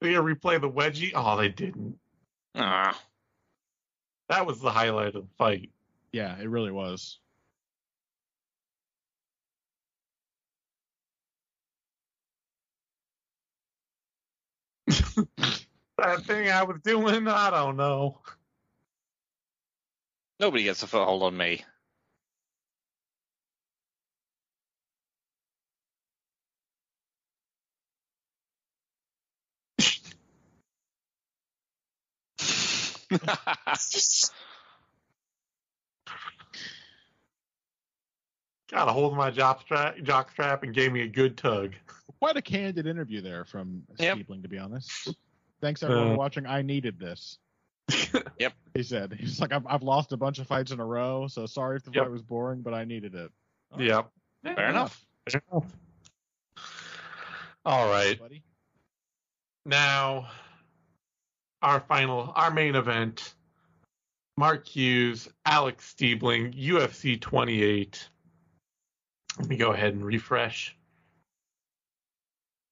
They gonna replay the wedgie? Oh, they didn't.
Ah.
That was the highlight of the fight.
Yeah, it really was.
That thing I was doing, I don't know.
Nobody gets a foothold on me.
Got a hold of my jock strap, jock strap and gave me a good tug.
Quite a candid interview there from
Yep.
Stiebling, to be honest. Thanks everyone
Uh.
for watching. I needed this.
Yep.
He said he's like I've I've lost a bunch of fights in a row, so sorry if the
Yep.
fight was boring, but I needed it. All right,
Yep.
Fair enough.
Fair enough. All right.
buddy.
Now, our final, our main event Mark Hughes, Alex Stiebling, UFC 28. Let me go ahead and refresh.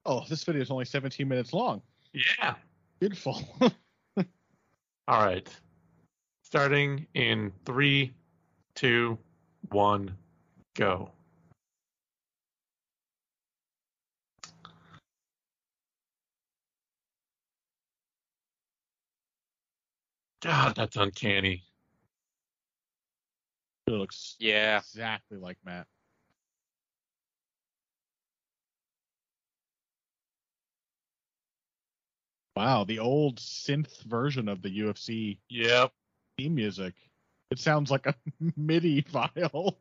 Oh, this video is only 17 minutes long.
Yeah.
Beautiful.
All right. Starting in three, two, one, go. God, that's uncanny.
it looks
yeah.
exactly like Matt. Wow, the old synth version of the UFC
Yep.
theme music. It sounds like a MIDI file.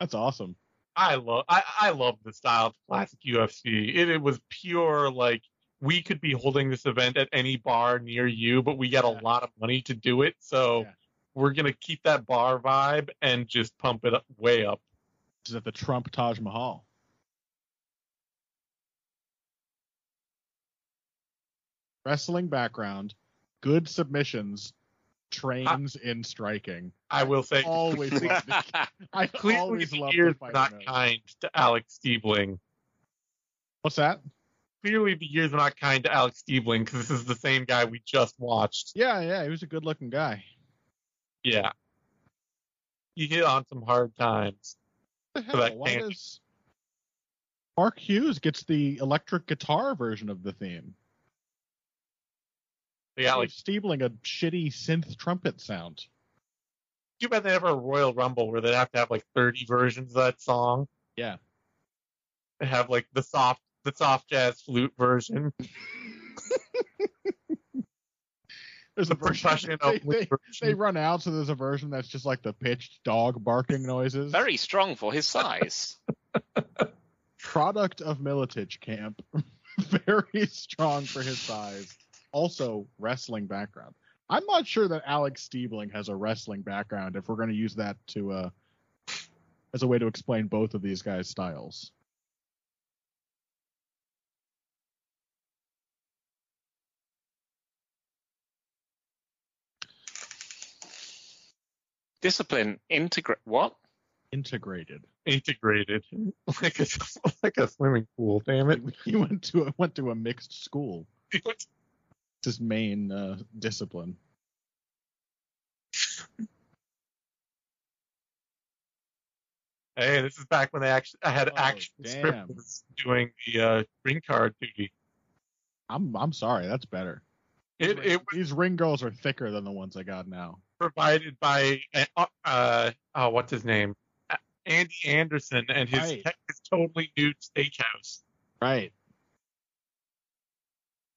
That's awesome.
I love I, I love the style of classic UFC. It, it was pure like we could be holding this event at any bar near you, but we got a
Yeah.
lot of money to do it, so
Yeah.
we're gonna keep that bar vibe and just pump it up way up.
This is at the Trump Taj Mahal. Wrestling background, good submissions, trains in striking.
I will say
Always love the, I
clearly
always
the
love
years
the
were not
fighting mode.
kind to Alex Stiebling.
What's that?
Clearly the years were not kind to Alex Stiebling because this is the same guy we just watched.
Yeah, yeah, he was a good looking guy.
Yeah. He hit on some hard times.
What the
So that
hell? Why
can't-
does Mark Hughes gets the electric guitar version of the theme?
The Alex
Dave Stiebling a shitty synth trumpet sound.
too bad they have a Royal Rumble where they have to have like 30 versions of that song.
Yeah.
They have like the soft the soft jazz flute version,
There's
the
a
percussion
version
of
they,
flute
they, they
version.
run out, so there's a version that's just like the pitched dog barking noises.
Very strong for his size.
product of militage camp, very strong for his size. Also wrestling background. I'm not sure that Alex Stiebling has a wrestling background. If we're going to use that to uh, as a way to explain both of these guys' styles.
Discipline integrate what?
integrated.
integrated like a like a swimming pool. Damn it!
He went to a, went to a mixed school. It's his main uh, discipline.
Hey, this is back when they actually I had
Oh,
actual
damn.
scripts doing the uh, green card duty.
I'm I'm sorry, that's better.
It it was
These ring girls are thicker than the ones I got now.
provided by uh, uh oh, what's his name? Uh, Andy Anderson and his
Right.
tech is totally nude steakhouse.
Right.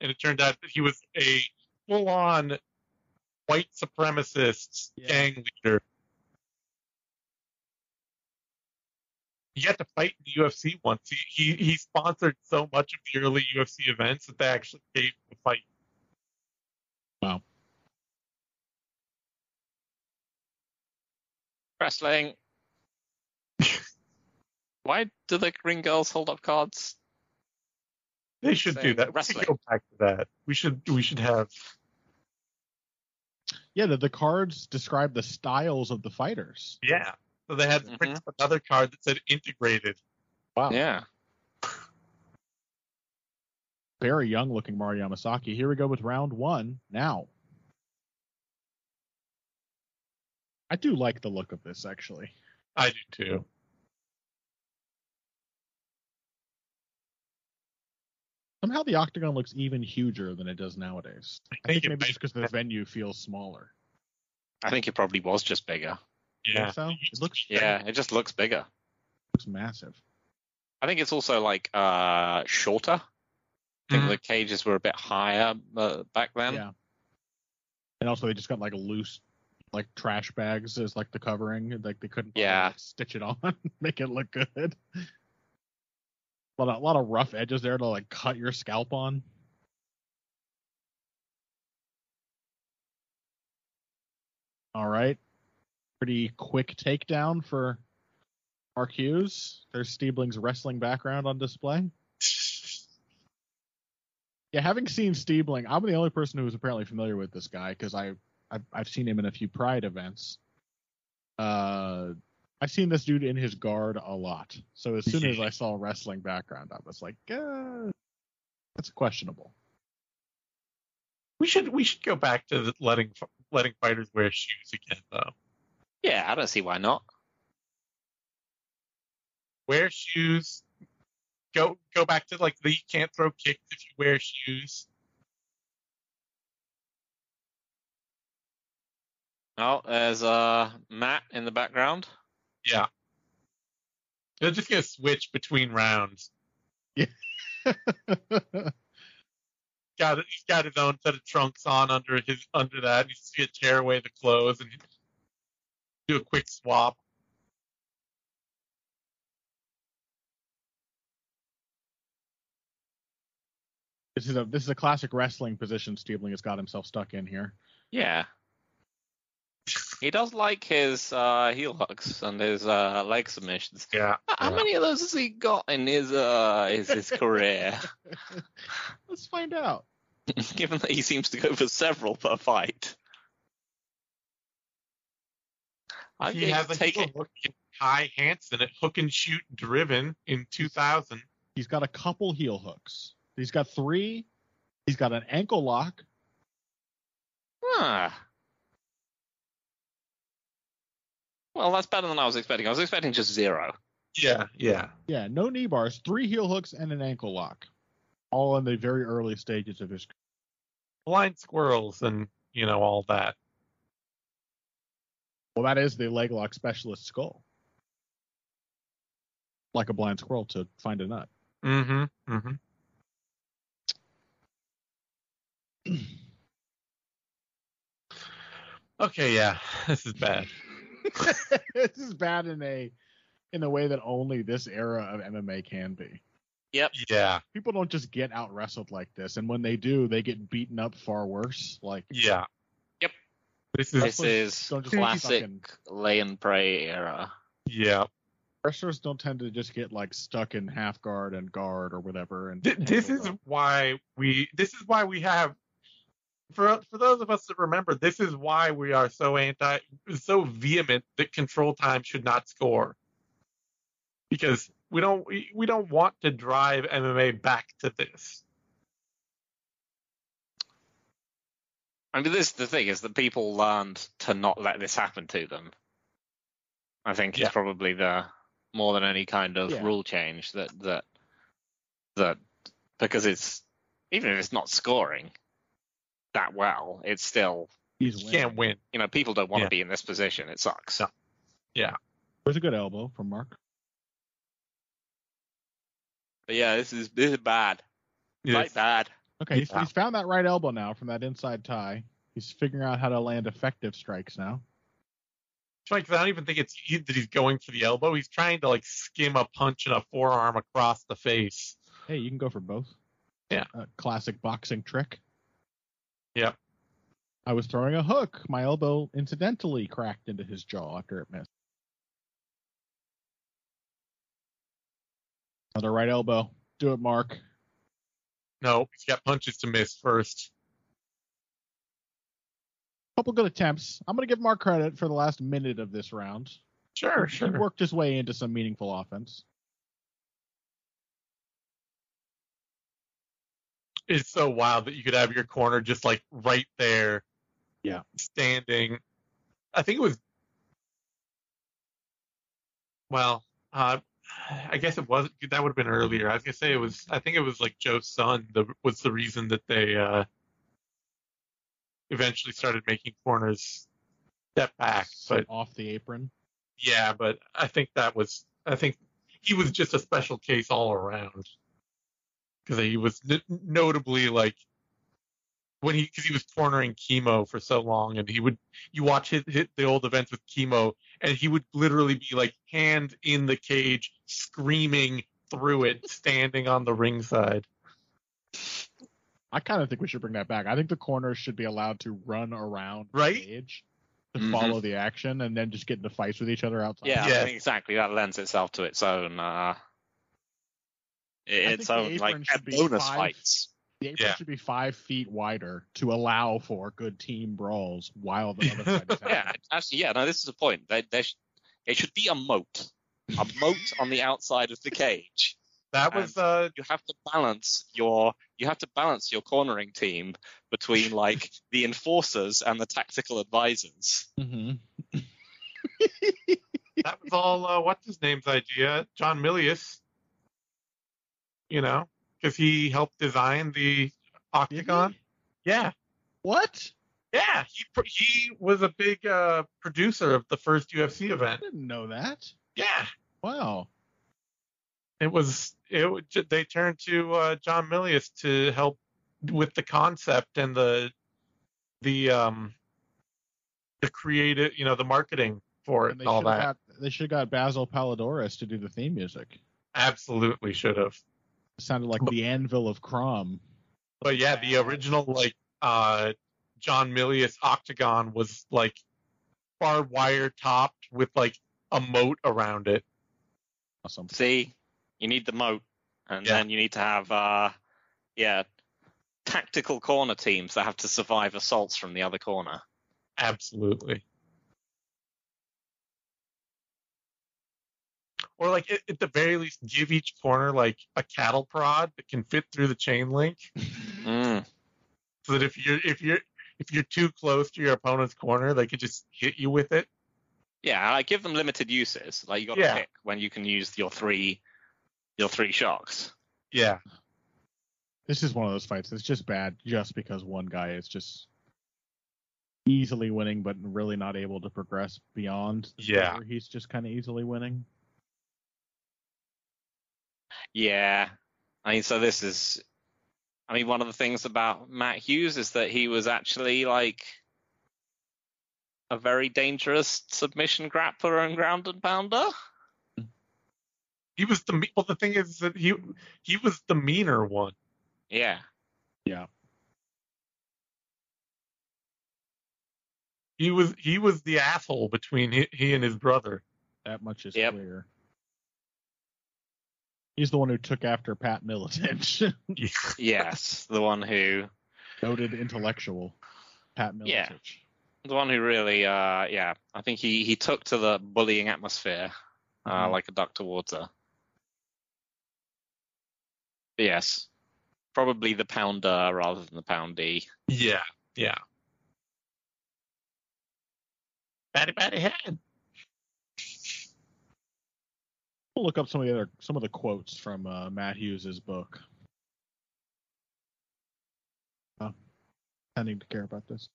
and it turned out that he was a full on white supremacist
Yeah.
gang leader. He had to fight in the UFC once. He, he he sponsored so much of the early UFC events that they actually gave the fight.
Wrestling. Why do the green girls hold up cards?
They should do
Saying
that. We should
wrestling.
go back to that. We should we should have
Yeah, the, the cards describe the styles of the fighters.
yeah. So they had to
Mm-hmm.
print up another card that said integrated.
Wow.
Yeah.
Very young looking Mario Yamasaki. Here we go with round one now. I do like the look of this, actually.
I do too.
Somehow the octagon looks even huger than it does nowadays. I
think
think,
it
maybe
might-
just because the venue feels smaller.
I think it probably was just bigger.
Yeah.
Think so? It looks
Yeah, it just looks bigger.
looks massive.
I think it's also like uh shorter. I
Mm-hmm.
think the cages were a bit higher uh, back then.
yeah. And also they just got like loose like trash bags as like the covering. Like they couldn't fucking
Yeah.
stitch it on, make it look good. A lot, of, lot of rough edges there to like cut your scalp on. All right. Pretty quick takedown for Mark Hughes. There's Steebling's wrestling background on display. Yeah, having seen Steebling, I'm the only person who is apparently familiar with this guy because I I've, I've seen him in a few Pride events. Uh, I've seen this dude in his guard a lot. So as soon as I saw a wrestling background, I was like, uh, that's questionable.
We should we should go back to the letting letting fighters wear shoes again though.
Yeah, I don't see why not.
Wear shoes. Go go back to like the you can't throw kicks if you wear shoes.
Oh, there's uh Matt in the background.
Yeah. They're just gonna switch between rounds. Got he's got his own set of trunks on under his under that. He's gonna tear away the clothes and do a quick swap.
this is a this is a classic wrestling position Steebling has got himself stuck in here.
Yeah. He does like his uh, heel hooks and his uh, leg submissions.
Yeah.
How- How
Yeah.
many of those has he got in his uh, his, his career?
Let's find out.
Given that he seems to go for several per fight. I
he has a
take
heel
it.
hook in Kai Hansen at Hook and Shoot Driven in 2000.
He's got a couple heel hooks. He's got three. He's got an ankle lock.
Ah. Well, that's better than I was expecting. I was expecting just zero.
Yeah, yeah.
Yeah, no knee bars, three heel hooks, and an ankle lock, all in the very early stages of his.
Blind squirrels and you know all that.
Well, that is the leg lock specialist skull, like a blind squirrel to find a nut.
Mm-hmm. Mm-hmm. Okay, yeah, this is bad.
this is bad in a in a way that only this era of MMA can be.
Yeah,
People don't just get out wrestled like this, and when they do, they get beaten up far worse. Like
yeah.
Yep.
This is
This
what-
is
don't just
classic
fucking-
lay and pray era.
yeah.
wrestlers don't tend to just get like stuck in half guard and guard or whatever. And
Th- this is why we. This is why we have. For for those of us that remember, this is why we are so anti, so vehement that control time should not score. Because we don't we, we don't want to drive MMA back to this.
I mean, this the thing is that people learned to not let this happen to them. I think
Yeah.
it's probably the more than any kind of
Yeah.
rule change that that that because it's even if it's not scoring that well, it's still
he's
You
winning.
can't win.
you know people don't want to
Yeah.
be in this position. It sucks.
No.
There's a good elbow from Mark.
But yeah, this is this is bad.
Yes.
Like bad.
Okay, he's,
Yeah.
he's found that right elbow now from that inside tie. He's figuring out how to land effective strikes now.
Because I don't even think it's he- that he's going for the elbow. He's trying to like skim a punch and a forearm across the face.
Hey, you can go for both.
Yeah.
A classic boxing trick.
Yep.
I was throwing a hook. My elbow incidentally cracked into his jaw after it missed. Another right elbow. Do it, Mark.
No, he's got punches to miss first.
Couple good attempts. I'm going to give Mark credit for the last minute of this round.
Sure,
He worked his way into some meaningful offense.
It's so wild that you could have your corner just like right there.
Yeah.
Standing. I think it was. Well, uh, I guess it was that would have been earlier. I was gonna say it was. I think it was like Joe's son that was the reason that they uh, eventually started making corners step back. But
off the apron.
Yeah, but I think that was I think he was just a special case all around because he was n- notably like when he because he was cornering chemo for so long, and he would you watch hit, hit the old events with chemo, and he would literally be like hand in the cage, screaming through it, standing on the ring side.
I kind of think we should bring that back. I think the corners should be allowed to run around
Right? Mm-hmm.
the cage to
Mhm.
follow the action and then just get into fights with each other outside.
Yeah,
Yeah.
I think exactly. That lends itself to its own, uh, i-
think
its
the
own like
apron should be
bonus
five-
fights.
The apron
Yeah.
should be five feet wider to allow for good team brawls while the other side is
Yeah,
happening.
actually, yeah. No, this is a point. There, there sh- it should be a moat, a moat on the outside of the cage.
That was
And-
uh
You have to balance your you have to balance your cornering team between like the enforcers and the tactical advisors.
that was all uh, what's his name's idea, John Milius. You know, because he helped design the
Did he?
octagon. Yeah,
What?
yeah. He pr- he was a big uh, producer of the first UFC
I
event.
didn't know that.
Yeah,
Wow.
it was it. wa- j- They turned to uh, John Milius to help with the concept and the the um the creative, you know, the marketing for it
And
and all
should have
that.
Got, they should have got Basil Paladoris to do the theme music.
Absolutely should have.
It sounded like
But-
the anvil of Crom.
But yeah, the original like uh John Milius octagon was like barbed wire topped with like a moat around it.
Awesome.
See, you need the moat, and
Yeah.
then you need to have uh, yeah, tactical corner teams that have to survive assaults from the other corner.
Absolutely. Or like at, at the very least, give each corner like a cattle prod that can fit through the chain link,
Mm.
so that if you're if you're if you're too close to your opponent's corner, they could just hit you with it.
Yeah, like give them limited uses. Like you got to
Yeah.
pick when you can use your three, your three shocks.
Yeah.
This is one of those fights that's just bad just because one guy is just easily winning but really not able to progress beyond the point
Yeah.
where he's just kind of easily winning.
Yeah. I mean, so this is, I mean, one of the things about Matt Hughes is that he was actually like a very dangerous submission grappler and ground and pounder.
He was the me- well. The thing is that he he was the meaner one.
Yeah.
He was he was the asshole between he, he and his brother.
That much is
Yep.
clear. He's the one who took after Pat Militant,
Yes. the one who
noted intellectual Pat Militant.
Yeah. the one who really uh yeah i think he he took to the bullying atmosphere uh
Mhm.
like a duck to water But yes probably the pounder rather than the poundy
Yeah, yeah. Batty batty head.
We'll look up some of the other some of the quotes from uh, Matt Hughes's book. Uh, I need to care about this.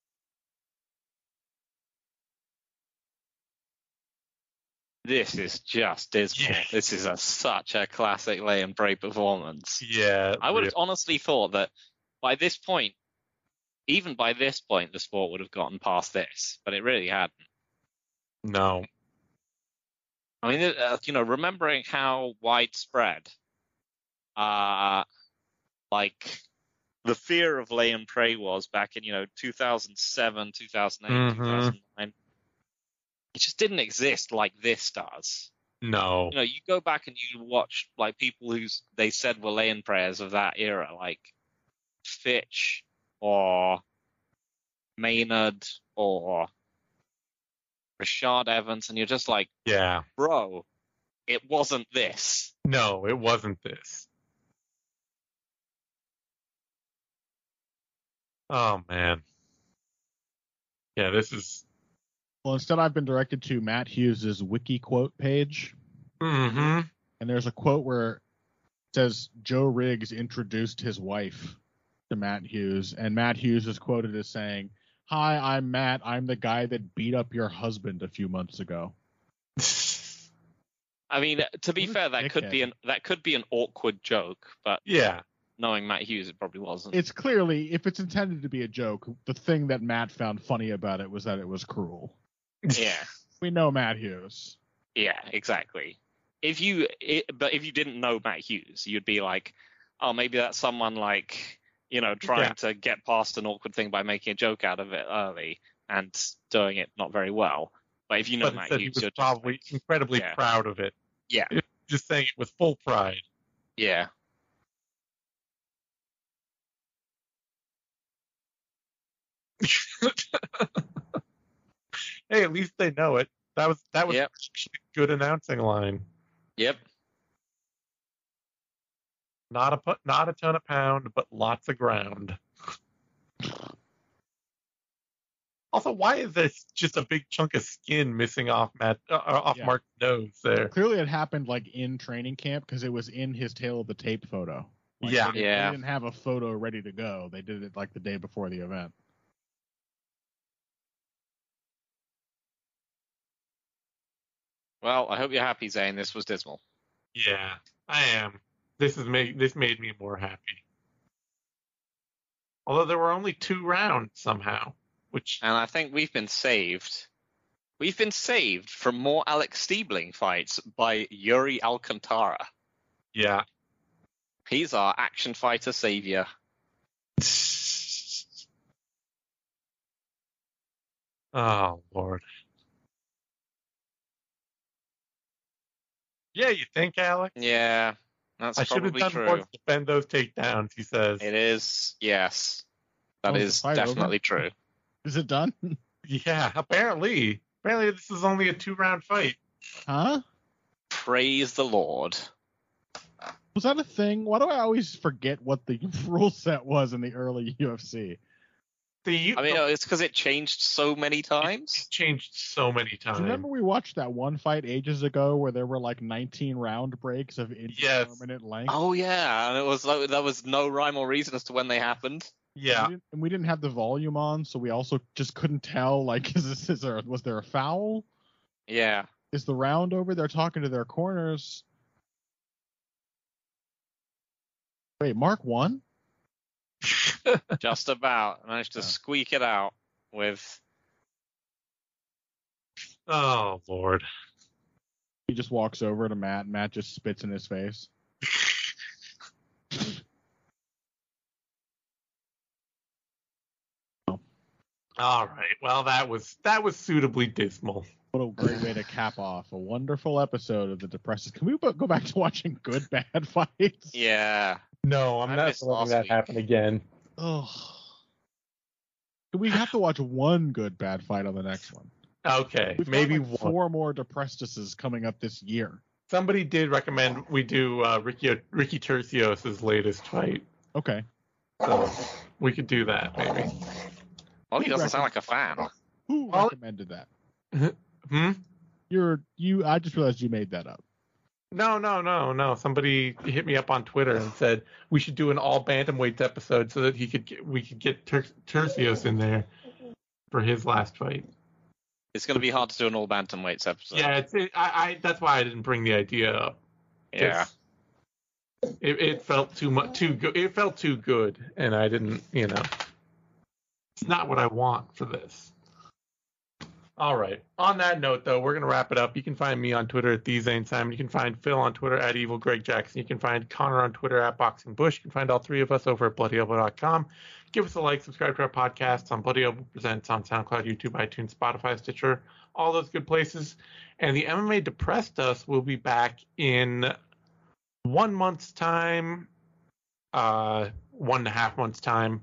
this is just dismal
Yeah.
this is a, such a classic lay and pray performance
Yeah.
i would have
real-
honestly thought that By this point, even by this point, the sport would have gotten past this, but it really hadn't.
No.
I mean, uh, you know, remembering how widespread, uh, like the fear of lay and prey was back in you know 2007, 2008,
Mhm.
2009. It just didn't exist like this does.
No.
You know, you go back and you watch like people who they said were lay and prayers of that era, like Fitch or Maynard or Rashad Evans, and you're just like
Yeah.
bro, it wasn't this.
No, it wasn't this. Oh man. Yeah, this is
Well, instead, I've been directed to Matt Hughes's wiki quote page,
hmm
and there's a quote where it says Joe Riggs introduced his wife to Matt Hughes, and Matt Hughes is quoted as saying, "Hi, I'm Matt. I'm the guy that beat up your husband a few months ago."
I mean, to be
What a
fair, that could be
dickhead.
an that could be an awkward joke, but
Yeah.
knowing Matt Hughes, it probably wasn't.
It's clearly, if it's intended to be a joke, the thing that Matt found funny about it was that it was cruel.
yeah,
We know Matt Hughes.
yeah, exactly. If you, it, but if you didn't know Matt Hughes, you'd be like, oh, maybe that's someone like you know trying
Yeah.
to get past an awkward thing by making a joke out of it early and doing it not very well. But if you know
but
Matt
instead he
Hughes,
was
you're just
probably
like,
incredibly
yeah.
proud of it.
Yeah.
Just saying it with full pride.
yeah,
hey, at least they know it. That was that was
Yep.
actually a good announcing line.
yep,
Not a pu- not a ton of pound, but lots of ground. Also, why is this just a big chunk of skin missing off Matt uh, uh, off
Yeah.
Mark's nose there?
Clearly, it happened like in training camp because it was in his tail of the tape photo. Like,
Yeah.
they didn't-
Yeah.
They didn't have a photo ready to go. They did it like the day before the event.
Well, I hope you're happy, Zane. This was dismal.
Yeah, I am. This is made this made me more happy. Although there were only two rounds somehow, which
And I think we've been saved. We've been saved from more Alex Stiebling fights by Yuri Alcantara.
yeah,
He's our action fighter savior.
Oh Lord. Yeah, you think, Alex?
Yeah, that's
I should have
probably
done
true.
more to defend those takedowns. He says.
It is, yes. That
Oh, is the
is
fight over?
definitely true.
Is it done?
Yeah, apparently. Apparently, this is only a two-round fight.
huh?
Praise the Lord.
Was that a thing? Why do I always forget what the rule set was in the early UFC?
The U-
I mean, uh,
the-
it's because it changed so many times.
changed so many
Do
times.
you remember we watched that one fight ages ago where there were like 19 round breaks of indeterminate length?
Oh yeah, and it was like there was no rhyme or reason as to when they happened.
Yeah,
We didn't- and we didn't have the volume on, so we also just couldn't tell. Like, is this is there was there a foul?
Yeah.
Is the round over? They're talking to their corners. Wait, Mark won.
just about managed to
Yeah.
squeak it out with
Oh Lord.
He just walks over to Matt. and Matt just spits in his face.
All right. Well, that was that was suitably dismal.
What a great way to cap off a wonderful episode of the Depressed. Can we bo- go back to watching good bad fights?
yeah
No, I'm
I
not
missed
letting
last
that
week.
happen again.
Ugh. Do We have to watch one good bad fight on the next one.
Okay,
We've got,
maybe
like,
one.
four more Depressuses coming up this year.
Somebody did recommend we do uh, Ricky Ricky Tercios's latest fight,
Okay.
so we could do that maybe.
well he doesn't sound like a fan
Who
Well-
recommended that?
Hmm.
You're you. I just realized you made that up.
No, no, no, no. Somebody hit me up on Twitter and said we should do an all bantamweights episode so that he could get, we could get Ter- Tercios in there for his last fight.
it's going to be hard to do an all bantamweights episode
Yeah, it's it, I, I that's why I didn't bring the idea up.
yeah
It's- It, it felt too much, too good. It felt too good, and I didn't, you know. It's not what I want for this. All right. On that note, though, we're gonna wrap it up. You can find me on Twitter at these ain't Simon. You can find Phil on Twitter at Evil Greg Jackson. You can find Connor on Twitter at Boxing Bush. You can find all three of us over at BloodyElbow.com. Give us a like, subscribe to our podcast on Bloody Elbow Presents on SoundCloud, YouTube, iTunes, Spotify, Stitcher, all those good places. And the MMA Depressed Us will be back in one month's time, uh, one and a half months' time,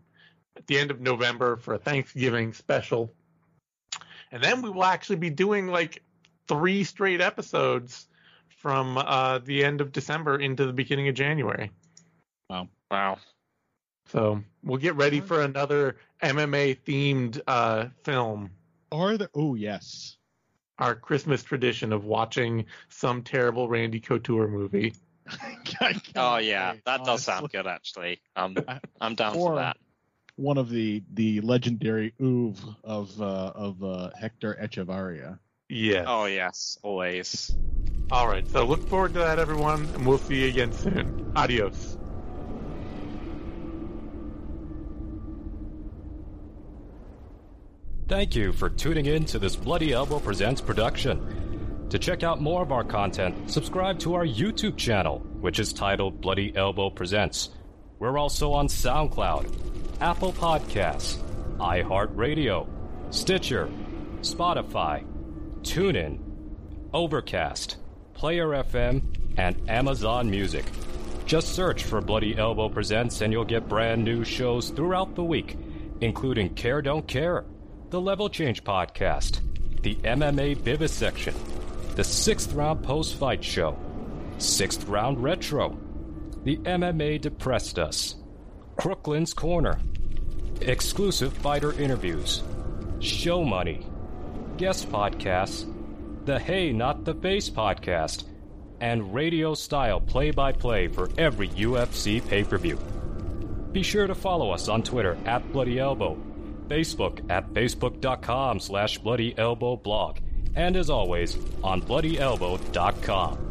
at the end of November for a Thanksgiving special. And then we will actually be doing like three straight episodes from uh, the end of December into the beginning of January.
Wow.
So we'll get ready for another MMA themed uh, film.
Are there? Oh yes.
Our Christmas tradition of watching some terrible Randy Couture movie.
Oh yeah, that does sound good actually. Um, I'm down for
Or-
that.
One of the the legendary oov of uh, of uh, Hector Echevarria.
Yeah.
Oh yes, always.
All right. So look forward to that, everyone, and we'll see you again soon. Adios.
Thank you for tuning in to this Bloody Elbow Presents production. To check out more of our content, subscribe to our YouTube channel, which is titled Bloody Elbow Presents. We're also on SoundCloud, Apple Podcasts, iHeartRadio, Stitcher, Spotify, TuneIn, Overcast, Player FM, and Amazon Music. Just search for Bloody Elbow Presents and you'll get brand new shows throughout the week, including Care Don't Care, the Level Change Podcast, the MMA Vivisection, the Sixth Round Post Fight Show, Sixth Round Retro, the MMA Depressed Us, Crooklyn's Corner, exclusive fighter interviews, show money, guest podcasts, the Hey Not the Face podcast, and radio style play by play for every UFC pay per view. Be sure to follow us on Twitter at Bloody Elbow, Facebook at facebook.com slash Bloody Elbow blog, and as always, on bloodyelbow.com.